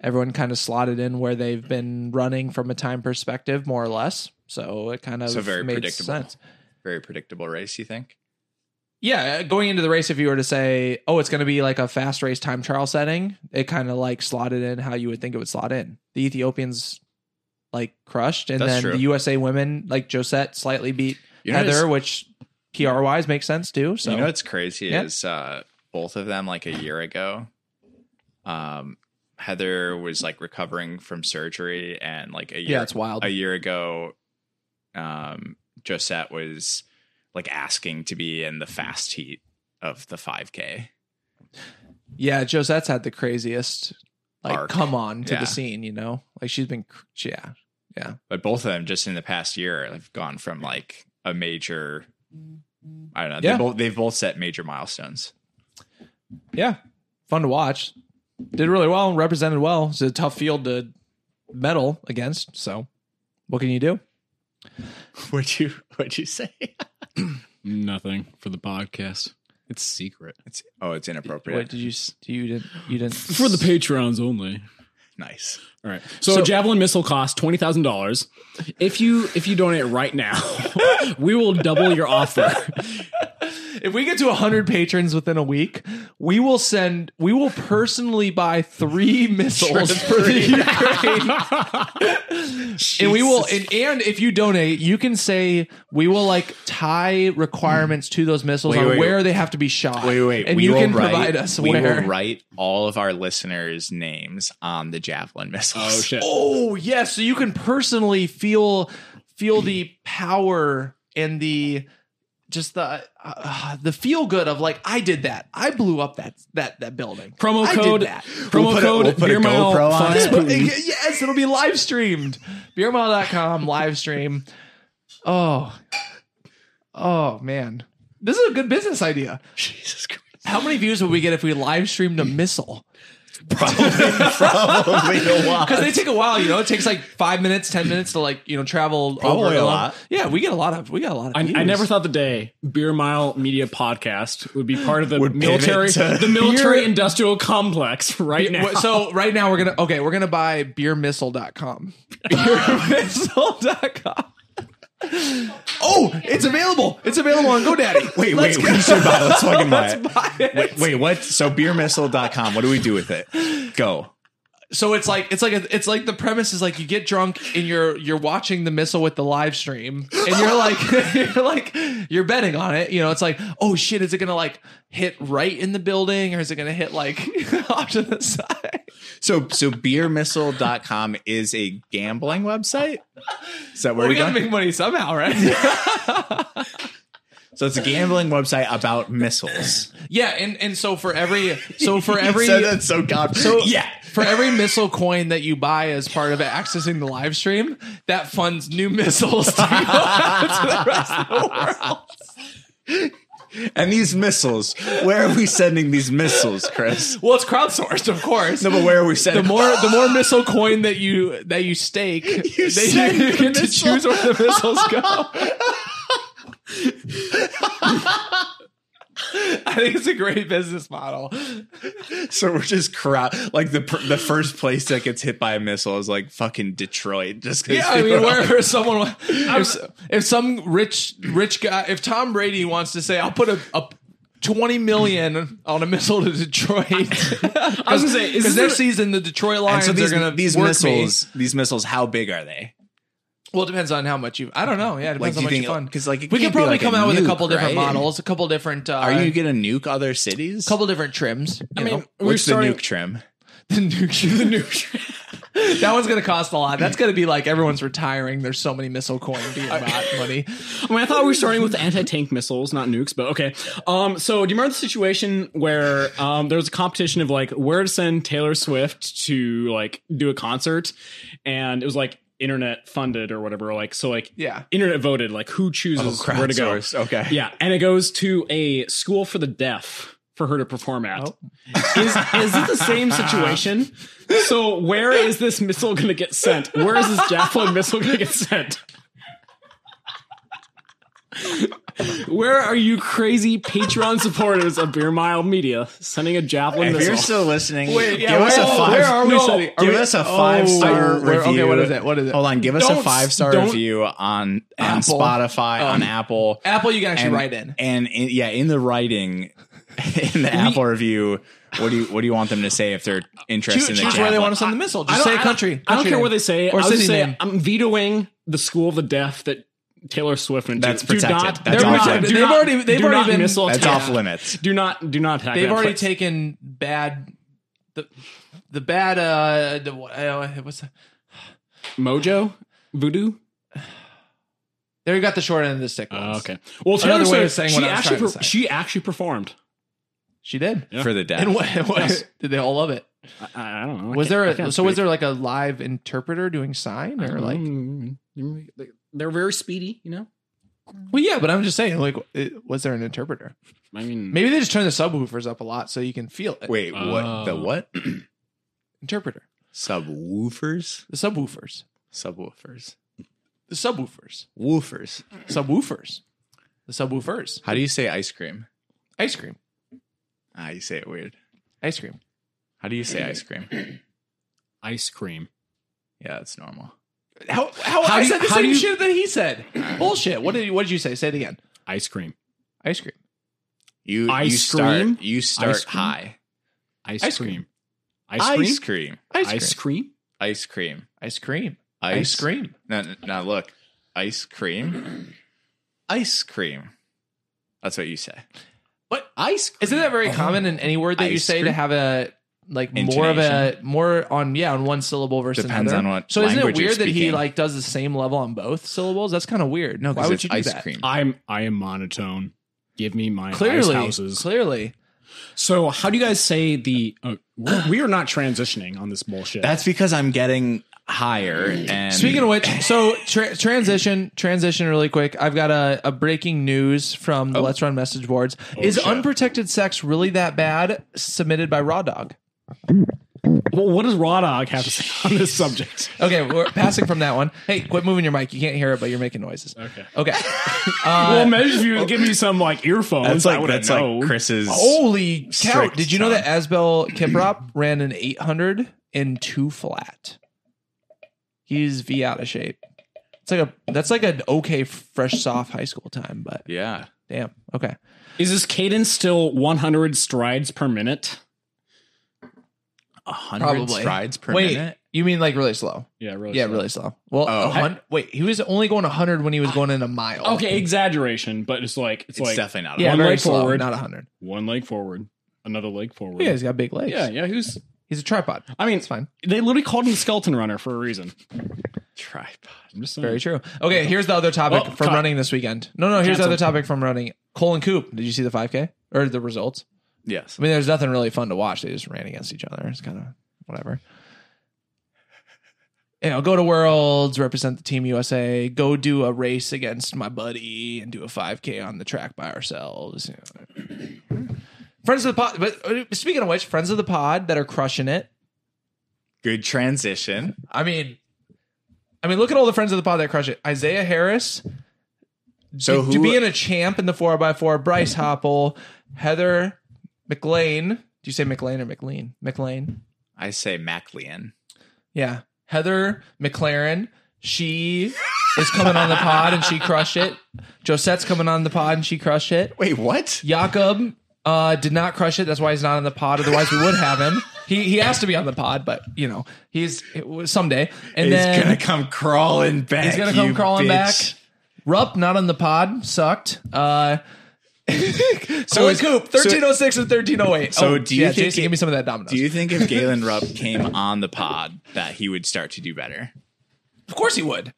everyone kind of slotted in where they've been running from a time perspective, more or less. So it kind of
So very
made
predictable.
sense.
Very predictable race. You think?
Yeah, uh, going into the race, if you were to say, "Oh, it's going to be like a fast race time trial setting," it kind of like slotted in how you would think it would slot in. The Ethiopians like crushed, and
That's
then
true.
the USA women like Josette slightly beat
You know,
Heather,
it's-
which PR wise makes sense too. So
you know what's crazy
Yeah.
is uh, both of them like a year ago. Um, Heather was like recovering from surgery, and like a year,
yeah, it's wild.
a year ago, um, Josette was like asking to be in the fast heat of the 5K.
yeah, Josette's had the craziest like
Arc.
come on to
Yeah.
the scene. You know, like she's been cr- yeah.
But both of them just in the past year have gone from like a major. I don't know.
Yeah.
They both they've both set major milestones.
yeah, fun to watch. Did really well, represented well. It's a tough field to medal against. So, what can you do?
Would you Would you say?
Nothing for the podcast. It's secret
It's oh, it's inappropriate.
What did you? s- You didn't. You didn't.
for the Patreons only.
nice.
All right. So,
So-
a javelin missile costs twenty thousand dollars. If you if you donate right now, we will double your offer.
If we get to hundred patrons within a week, we will send. We will personally buy three missiles for the Ukraine, and we will. And, and if you donate, you can say we will like tie requirements to those missiles
Wait,
on
wait,
where
wait.
they have to be shot.
Wait, wait.
and
we
you
will
can
write,
provide us
We
where.
will write all of our listeners' names on the javelin missiles.
Oh shit!
Oh yes, so you can personally feel feel the power and the just the uh, the feel good of like I did that. I blew up that that that building.
Promo
I
code-
Did that.
Promo
put a-
code.
we'll put a
Beer Mile
GoPro on
Fox
it.
Putin.
yes, it'll be live streamed. Beermile.com live stream. Oh. Oh man. This is a good business idea.
Jesus Christ.
How many views would we get if we live streamed a missile?
Probably a lot.
because they take a while. You know, it takes like five minutes, ten minutes to like you know travel.
Probably
over
a
and
lot.
over. Yeah, we get a lot of we got a lot of.
I, I
views.
never thought the day Beer Mile Media Podcast would be part of the
Would pivot
military,
to-
the military
Beer-
industrial complex right now.
Wait, So right now we're gonna okay, we're gonna buy beermissile.com. Beermissile.com. Oh, it's available. It's available on GoDaddy.
Wait,
Let's
wait,
go.
we should buy it. Let's fucking buy it.
Let's buy it.
Wait, wait, what? So beermissile.com, what do we do with it? Go.
So it's like it's like a, it's like the premise is like you get drunk and you're you're watching the missile with the live stream and you're like you're like you're betting on it. You know, it's like oh shit, is it gonna like hit right in the building or is it gonna hit like off to the side?
So so beermissile.com is a gambling website? Is that where
We
we
gotta
go?
make money somehow, right?
So it's a gambling website about missiles.
yeah, and and so for every so for every
so that's so god. So yeah.
for every missile coin that you buy as part of accessing the live stream, that funds new missiles to go out to the rest of the world.
And these missiles, where are we sending these missiles, Chris?
Well, it's crowdsourced, of course.
No, but where are we
the
sending
more the more missile coin that you that you stake, you,
stake
you
the
get to
missile.
choose where the missiles go. I think it's a great business model.
So we're just crowd like the pr- the first place that gets hit by a missile is like fucking Detroit. Just 'cause
Yeah, I
people
mean,
are-
wherever someone, wa- if, if some rich rich guy, if Tom Brady wants to say, "I'll put a, a 20 million on a missile to Detroit.
I was gonna say, is
Because
this
their
a-
season, the Detroit
And
Lions
so these,
are going to
these
work
missiles, these missiles, how big are they?
Me. Well, it depends on how much you. I don't know. Yeah, it
Like,
depends on
do you
how much
think
you fund.
because like it
We could
can't be
probably
like
come out with
nuke,
a couple different
right?
models, a couple different. Uh,
Are you gonna nuke other cities?
couple different trims?
I
you
mean,
know?
we're
What's the
starting.
nuke trim?
the nuke. The nuke. That one's gonna cost a lot. That's gonna be like everyone's retiring. There's so many missile coin being bought money.
I mean, I thought we were starting with anti-tank missiles, not nukes, but okay. Um, so do you remember the situation where um, there was a competition of like where to send Taylor Swift to like do a concert, and it was like internet funded or whatever. Like so, like
Yeah.
internet voted like who
Oh,
chooses where to go.
Oh, crowdsourced, okay.
yeah, and it goes to a school for the deaf for her to perform at.
Oh.
Is is it the same situation? So where is this missile going to get sent? Where is this javelin missile going to get sent? Where are you crazy Patreon supporters of Beer Mile Media sending a javelin
If
missile?
you're still listening,
Wait, yeah,
give us a
where-
five.
where are we
no,
sending- are
give
we-
us a five star
I- where-
review.
okay, what is it? What is it?
Hold on, give us
Don't
a
s-
five star
don't-
review on on
Apple.
Spotify, on
Um,
Apple,
Apple, you can actually
and,
write in.
and in, yeah, in the writing, in the Apple review, what do you what do you want them to say if they're
Choose,
interested in the
choose where they
javelin?
want to send the missile.
I don't-
Just say
I don't-
country.
I don't
country
care
name.
what they say.
or
Or
city
say
name.
I'm vetoing the school of the deaf that Taylor Swift and
That's
do, do
protected.
not.
That's
do not-
protected.
do
They've
not-
already- they've
do
already
not
been-
missile
That's
attack.
off limits.
Do not do not attack.
They've
that
already
place.
taken bad. The the bad. Uh, the, uh, what's that?
Mojo Voodoo.
There you got the short end of the stick.
Uh,
ones.
okay. Well, Taylor
Another way of
Swift.
saying
she
what I was
actually
trying to
per-
say.
she actually performed.
she did.
Yeah.
for the deaf.
And what, what-
Yes.
did they all love it?
I, I don't know. I can't-
Was there
I
a, so
can't
was
speak.
there like a live interpreter doing sign or
like
like?
Mm. they're very speedy, you know.
Well, yeah, but I'm just saying, like, it, was there an interpreter?
I mean,
Maybe they just turn the subwoofers up a lot so you can feel it.
Wait, what the
Oh.
what?
interpreter,
Subwoofers,
the subwoofers,
subwoofers,
the subwoofers,
woofers.
subwoofers, the subwoofers.
How do you say ice cream?
Ice cream,
Ah, you say it weird.
ice cream.
How do you say ice cream?
ice cream.
Yeah, it's normal.
How how,
How do
I
you-
said the
how
same
do you-
shit that he said. Bullshit. What did you, what did you say? Say it again.
Ice cream.
Ice cream.
You
Ice
you start
cream?
you start
Ice cream?
high.
Ice,
Ice
cream.
cream.
Ice cream.
Ice cream.
Ice,
Ice
cream.
cream.
Ice cream.
Ice cream.
Ice,
Ice cream.
Now, now look, ice cream. Ice cream. That's what you say.
What
Ice cream.
Isn't that very common in any word that you
Ice
say to
cream?
have a like more of a more on yeah on one syllable versus
Depends
another?
on what
So isn't it
language you're
weird that he
speaking.
like does the same level on both syllables? That's kind of weird. No, why
Because
would
it's
you do
ice
that?
cream.
I'm I am monotone. Give me my
Clearly,
ice houses.
clearly,
So how do you guys say the? Uh, we're- we are not transitioning on this bullshit.
That's because I'm getting higher. And
Speaking of which, so tra- transition, transition really quick. I've got a, a breaking news from the Let's Run message boards. Is
Oh. shit.
unprotected sex really that bad? Submitted by Raw Dog.
well, what does Raw Dog have to say on this subject?
Okay, we're passing from that one. Hey, quit moving your mic. You can't hear it, but you're making noises.
Okay.
Okay.
well, maybe if you give me some like earphones,
that's
I
like
would
that's
know.
like Chris's.
Holy cow!
Strict
Did you know that Asbel Kiprop ran an 800 and two flat? He's v out of shape. It's like a that's like an okay fresh soft high school time, but
Yeah.
damn. Okay.
Is his cadence still 100 strides per minute?
A hundred
Probably.
strides per
Wait,
minute.
you mean like really slow?
Yeah, really.
yeah,
slow.
really slow. Well,
Oh.
a hun- wait, he was only going 100 when he was going in a mile.
Okay, exaggeration, but it's like it's,
It's
like
definitely not.
yeah,
Yeah.
one
very
leg
slow,
forward.
not 100.
one leg forward, another leg forward.
Yeah, he's got big legs.
yeah, yeah. Who's?
he's a tripod.
I mean,
It's fine.
they literally called him the skeleton runner for a reason.
Tripod.
I'm just saying.
Very true. Okay, here's the other topic
Hmm. Well,
from
cut.
running this weekend. No, no, here's
Cancel.
the other topic from running. Colin Coop, did you see the 5K or the results?
Yes.
I mean, there's nothing really fun to watch. They just ran against each other. It's kind of whatever. You know, go to Worlds, represent the Team USA, go do a race against my buddy and do a 5K on the track by ourselves. You know. Friends of the pod, but uh, speaking of which, friends of the pod that are crushing it.
Good transition.
I mean, I mean, look at all the friends of the pod that crush it. Isaiah Harris,
So
to,
who
to being a champ in the 4x4, Bryce Hopple, Heather McLean. Do you say McLean or McLean? McLean.
I say Maclean.
Yeah. Heather McLaren. She is coming on the pod and she crushed it. Josette's coming on the pod and she crushed it.
Wait, what?
Jakob Uh, did not crush it. That's why he's not on the pod. Otherwise, we would have him. He he has to be on the pod, but you know he's someday. And
He's
then
gonna come crawling back.
He's gonna come
you
crawling
bitch.
back. Rupp not on the pod sucked. Uh, so
is-
Coop
so-
thirteen oh six and thirteen oh eight.
So do you
yeah,
think
Jason,
it-
give me some of that Domino's?
Do you think if Galen Rupp came on the pod that he would start to do better?
of course he would.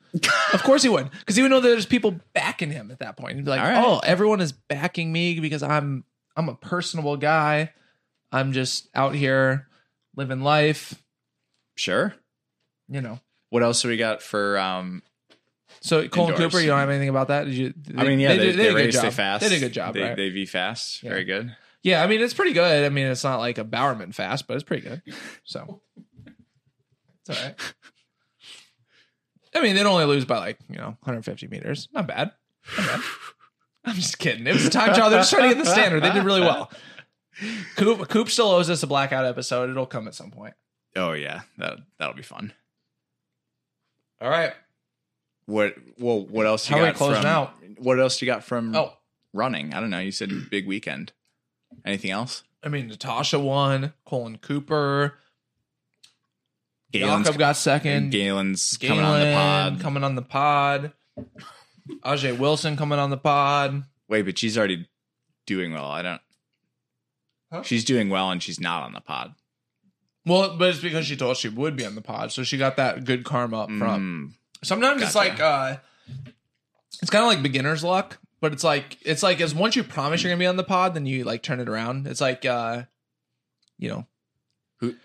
of course he would, because he would know that there's people backing him at that point. He'd be like,
All right.
"Oh, everyone is backing me because I'm I'm a personable guy. I'm just out here living life,
Sure.
you know."
What else do we got for um
So Colin
Indoors.
Cooper, you don't have anything about that? Did you?
I mean, yeah, they,
did-
they,
did a good
race, they
job.
fast.
They did a good job.
They,
right?
they V fast.
Yeah.
Very good.
Yeah, I mean it's pretty good. I mean it's not like a Bowerman fast, but it's pretty good. So it's all right. I mean they'd only lose by like you know 150 meters. Not bad. Not bad. I'm just kidding. It was a time trial. They're just trying to get the standard. They did really well. Coop Coop still owes us a blackout episode. It'll come at some point.
Oh yeah, that that'll be fun.
All right.
What well what else you
How are we
got
closing
from,
out?
What else you got from
Oh,
running? I don't know. You said big weekend. Anything else?
I mean Natasha won. Colin Cooper.
Galen's
Jakob got second.
Galen's
Galen
coming on the pod.
Coming on the pod. Ajay Wilson coming on the pod.
Wait, but she's already doing well. I don't.
Huh?
She's doing well, and she's not on the pod.
Well, but it's because she told she would be on the pod, so she got that good karma up front.
Mm,
Sometimes it's
Gotcha.
like uh it's kind of like beginner's luck, but it's like it's like as once you promise you're gonna be on the pod, then you like turn it around. It's like uh you know,
Who-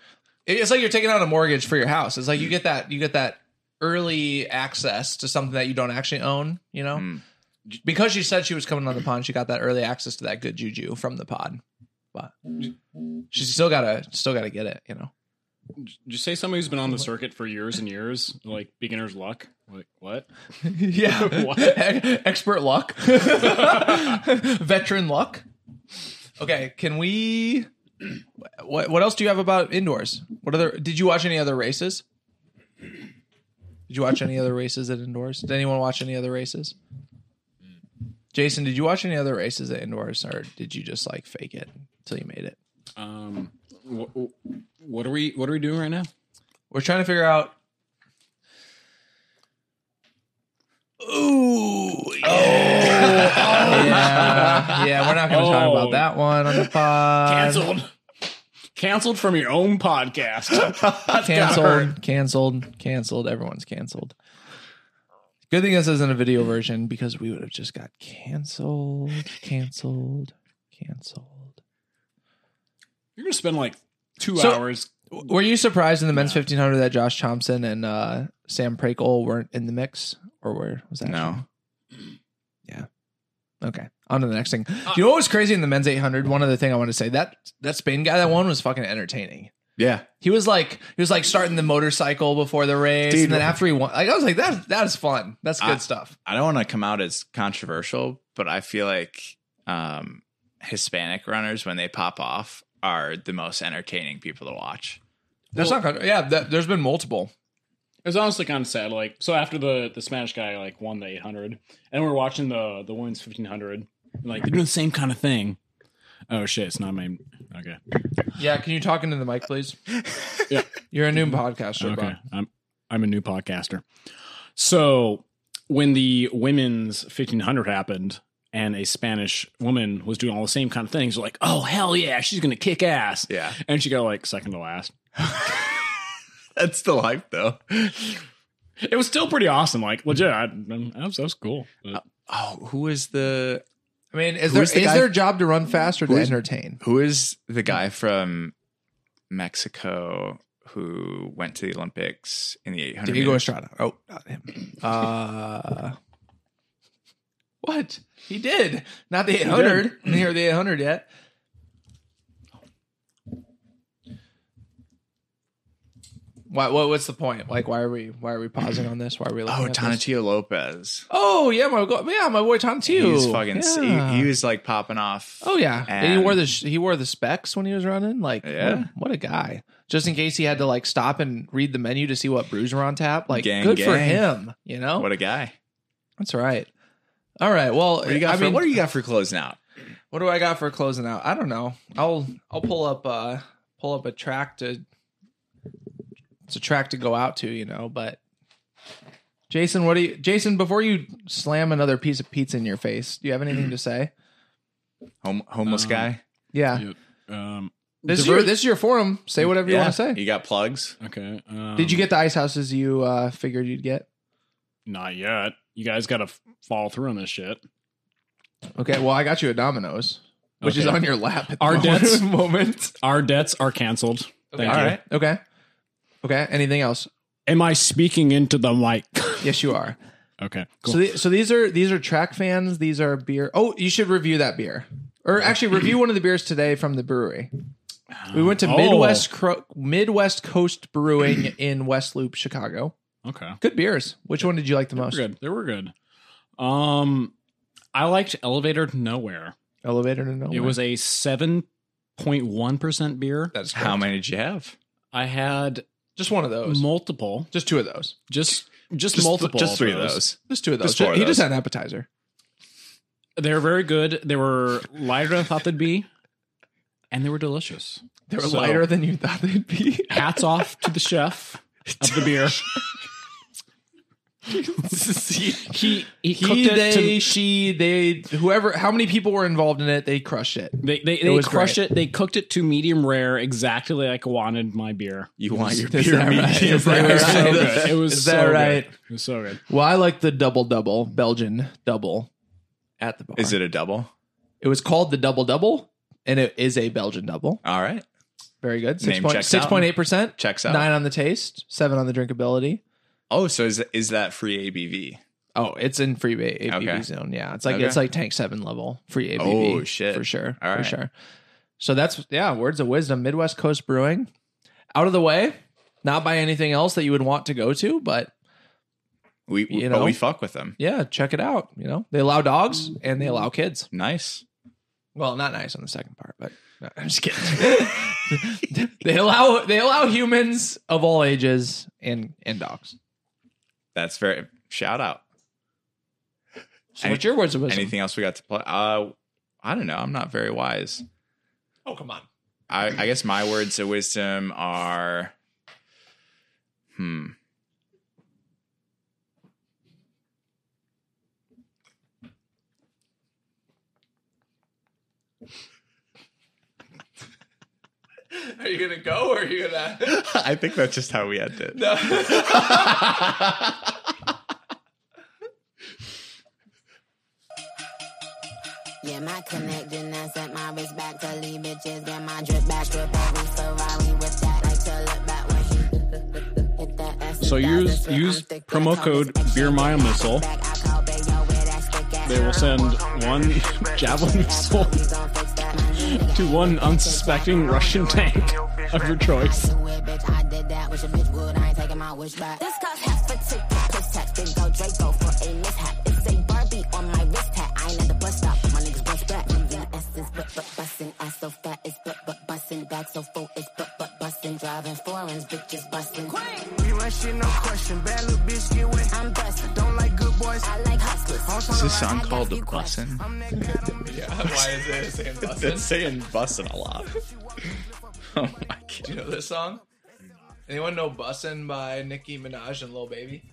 It- it's like you're taking out a mortgage for your house. It's like you get that you get that early access to something that you don't actually own. You know,
mm.
because she said she was coming on the pod, she got that early access to that good juju from the pod. But she's still gotta still gotta get it. You know.
Did you say somebody who's been on the circuit for years and years, like beginner's luck? Like what?
Yeah.
What?
E- Expert luck. Veteran luck. Okay, can we what what else do you have about indoors? What other did you watch any other races? Did you watch any other races at indoors? Did anyone watch any other races? Jason, did you watch any other races at indoors or did you just like fake it until you made it?
Um, wh- wh- what are we? What are we doing right now?
We're trying to figure out
Ooh,
yeah, yeah, we're not going to talk
Oh.
about that one on the pod.
Cancelled. Cancelled from your own podcast.
canceled, canceled, canceled. Everyone's canceled. Good thing this isn't a video version because we would have just got canceled, canceled, canceled.
You're gonna spend like two
So-
hours.
W- Were you surprised in the men's fifteen hundred that Josh Thompson and uh, Sam Prakol weren't in the mix, or where was that?
No.
Yeah. Ah. Okay. On to the next thing. you know what was crazy in the men's eight hundred? One other thing I want to say that that Spain guy that won was fucking entertaining.
yeah.
He was like he was like starting the motorcycle before the race,
Dude.
and then after he won, like I was like that that is fun. That's good
I-
stuff.
I don't want to come out as controversial, but I feel like um, Hispanic runners when they pop off are the most entertaining people to watch.
That's not good. Yeah, that, there's been multiple.
It was honestly kind of sad. Like so, after the the Spanish guy like won the 800, and we are watching the the women's 1500. and, Like they're doing the same kind of thing. Oh shit! It's not my okay.
Yeah, can you talk into the mic, please?
Yeah.
you're a new podcaster, bro.
Okay, I'm I'm a new podcaster. So when the women's 1500 happened and a Spanish woman was doing all the same kind of things, like oh hell yeah, she's gonna kick ass.
Yeah.
and she got like second to last.
That's the life, though.
It was still pretty awesome. Like legit, I, I- that, was, that was cool. But-
Oh, who is the
I mean, is there
Who's
is
the guy-
their job to run fast or to
Who's-
entertain?
who is the guy from Mexico who went to the Olympics in the 800?
Diego
meters?
Estrada. Oh, not him. Uh, what he did? Not the 800. Near the 800 yet. Why, what? What's the point? Like, why are we? Why are we pausing on this? Why are we? Looking
Oh,
at this?
Tonatio Lopez.
Oh yeah, my go- yeah, my boy Tom Tew.
He's fucking.
Yeah.
He, he was like popping off.
Oh yeah, and he
And-
wore the sh- he wore the specs when he was running. Like,
Yeah.
what, what a guy! Just in case he had to like stop and read the menu to see what brews were on tap. Like,
Gang,
good for
gang.
him. You know,
What a guy.
that's right. All right, well,
What do you got?
I
for,
mean,
what do you got for closing out?
What do I got for closing out? I don't know. I'll I'll pull up uh pull up a track to it's a track to go out to, you know, but Jason, what do you Jason, before you slam another piece of pizza in your face, do you have anything to say?
Home, homeless
Uh,
guy.
Yeah.
Yeah. Um,
This is
diver-
your this is your forum. Say whatever you
Yeah.
want to say.
You got plugs?
okay. Um,
Did you get the ice houses you uh figured you'd get?
Not yet. You guys got to follow through on this shit.
Okay, well I got you a Domino's, which is
Okay.
on your lap at the
Our
moment.
debts-
moment.
Our debts are canceled. Thank
All
you.
right. Okay. Okay. Anything else?
Am I speaking into the mic?
Yes, you are.
okay. Cool.
So, the, so these are these are track fans. These are beer. Oh, you should review that beer, or actually review one of the beers today from the brewery. We went to
Oh.
Midwest Cro- Midwest Coast Brewing in West Loop, Chicago.
okay.
Good beers. Which one did you like the most?
They were good. They were good. Um, I liked Elevator to Nowhere.
Elevator to Nowhere.
It was a seven point one percent beer.
that's correct.
How many did you have?
I had
Just one of those.
multiple,
just two of those.
just just,
Just,
multiple,
Just three of those.
Just two of those.
Just four of
he
those.
just had an appetizer.
They're very good. They were lighter than I thought they'd be, and they were delicious.
They were
So-
lighter than you thought they'd be.
Hats off to the chef of the beer. he he, cooked
He,
it
they,
to,
she, they, whoever. How many people were involved in it? They crushed it.
they they,
It
they
was
crushed
great.
it. They cooked it to medium rare, exactly like I wanted my beer.
You want your
Is
beer
that right?
medium
Is that
rare.
It was so good.
right?
It was
Is that
so good.
right?
It was so good.
Well, I like the double double Belgian double at the bar.
Is it a double?
It was called the double double, and it is a Belgian double.
All right.
Very good. Six
Name
point
checks
six
out.
point eight percent.
Checks out.
Nine on the taste, seven on the drinkability.
Oh, so is is that free ABV?
Oh, it's in free A- ABV
Okay.
zone. Yeah, it's like
Okay.
it's like tank seven level free ABV.
Oh, shit.
for sure,
All
for
right.
sure. So that's yeah, words of wisdom. Midwest Coast Brewing, out of the way. Not by anything else that you would want to go to, but
We,
You
but
know?
we fuck with them.
yeah, check it out. You know, they allow dogs and they allow kids.
Nice.
Well, not nice on the second part, but no, I'm just kidding. they allow they allow humans of all ages and and dogs.
That's very shout out.
So
Any-
what's your words of wisdom?
Anything else we got to play? Uh, I don't know. I'm not very wise.
Oh come on.
I, I guess my words of wisdom are, hmm.
Are you gonna go or are you gonna
I think that's just how we end it.
Yeah, my connecting that's at my wrist back to leave bitches. Get my drip back, drip every Ferrari with that. Like to look back when she hit that ass.
So use- use promo code Beer Mile Missile. They will send one javelin missile to one unsuspecting Russian tank of your choice.
Do it, bitch. I did that. Wish a bitch would. I ain't taking my wish back. This cost half for ticket. Piss tax. Then go Draco for a mishap. It's a Barbie on my wrist hat. I ain't at the bus stop. but My niggas bust back. Leaving essence, but but bussin'. Ass so fat it's but but bustin'. Back so full it's but but bustin'. Driving foreigns, bitches bustin'.
We run shit, no question. Bad little bitch get wet.
I'm bustin'.
Don't like good boys.
I like hustlers.
Is this song called The Bussin'?
I'm that guy, don't miss
why is it saying
It's saying bussin' a lot. Oh my god.
Do you know this song? Anyone know Bussin' by Nicki Minaj and Lil Baby?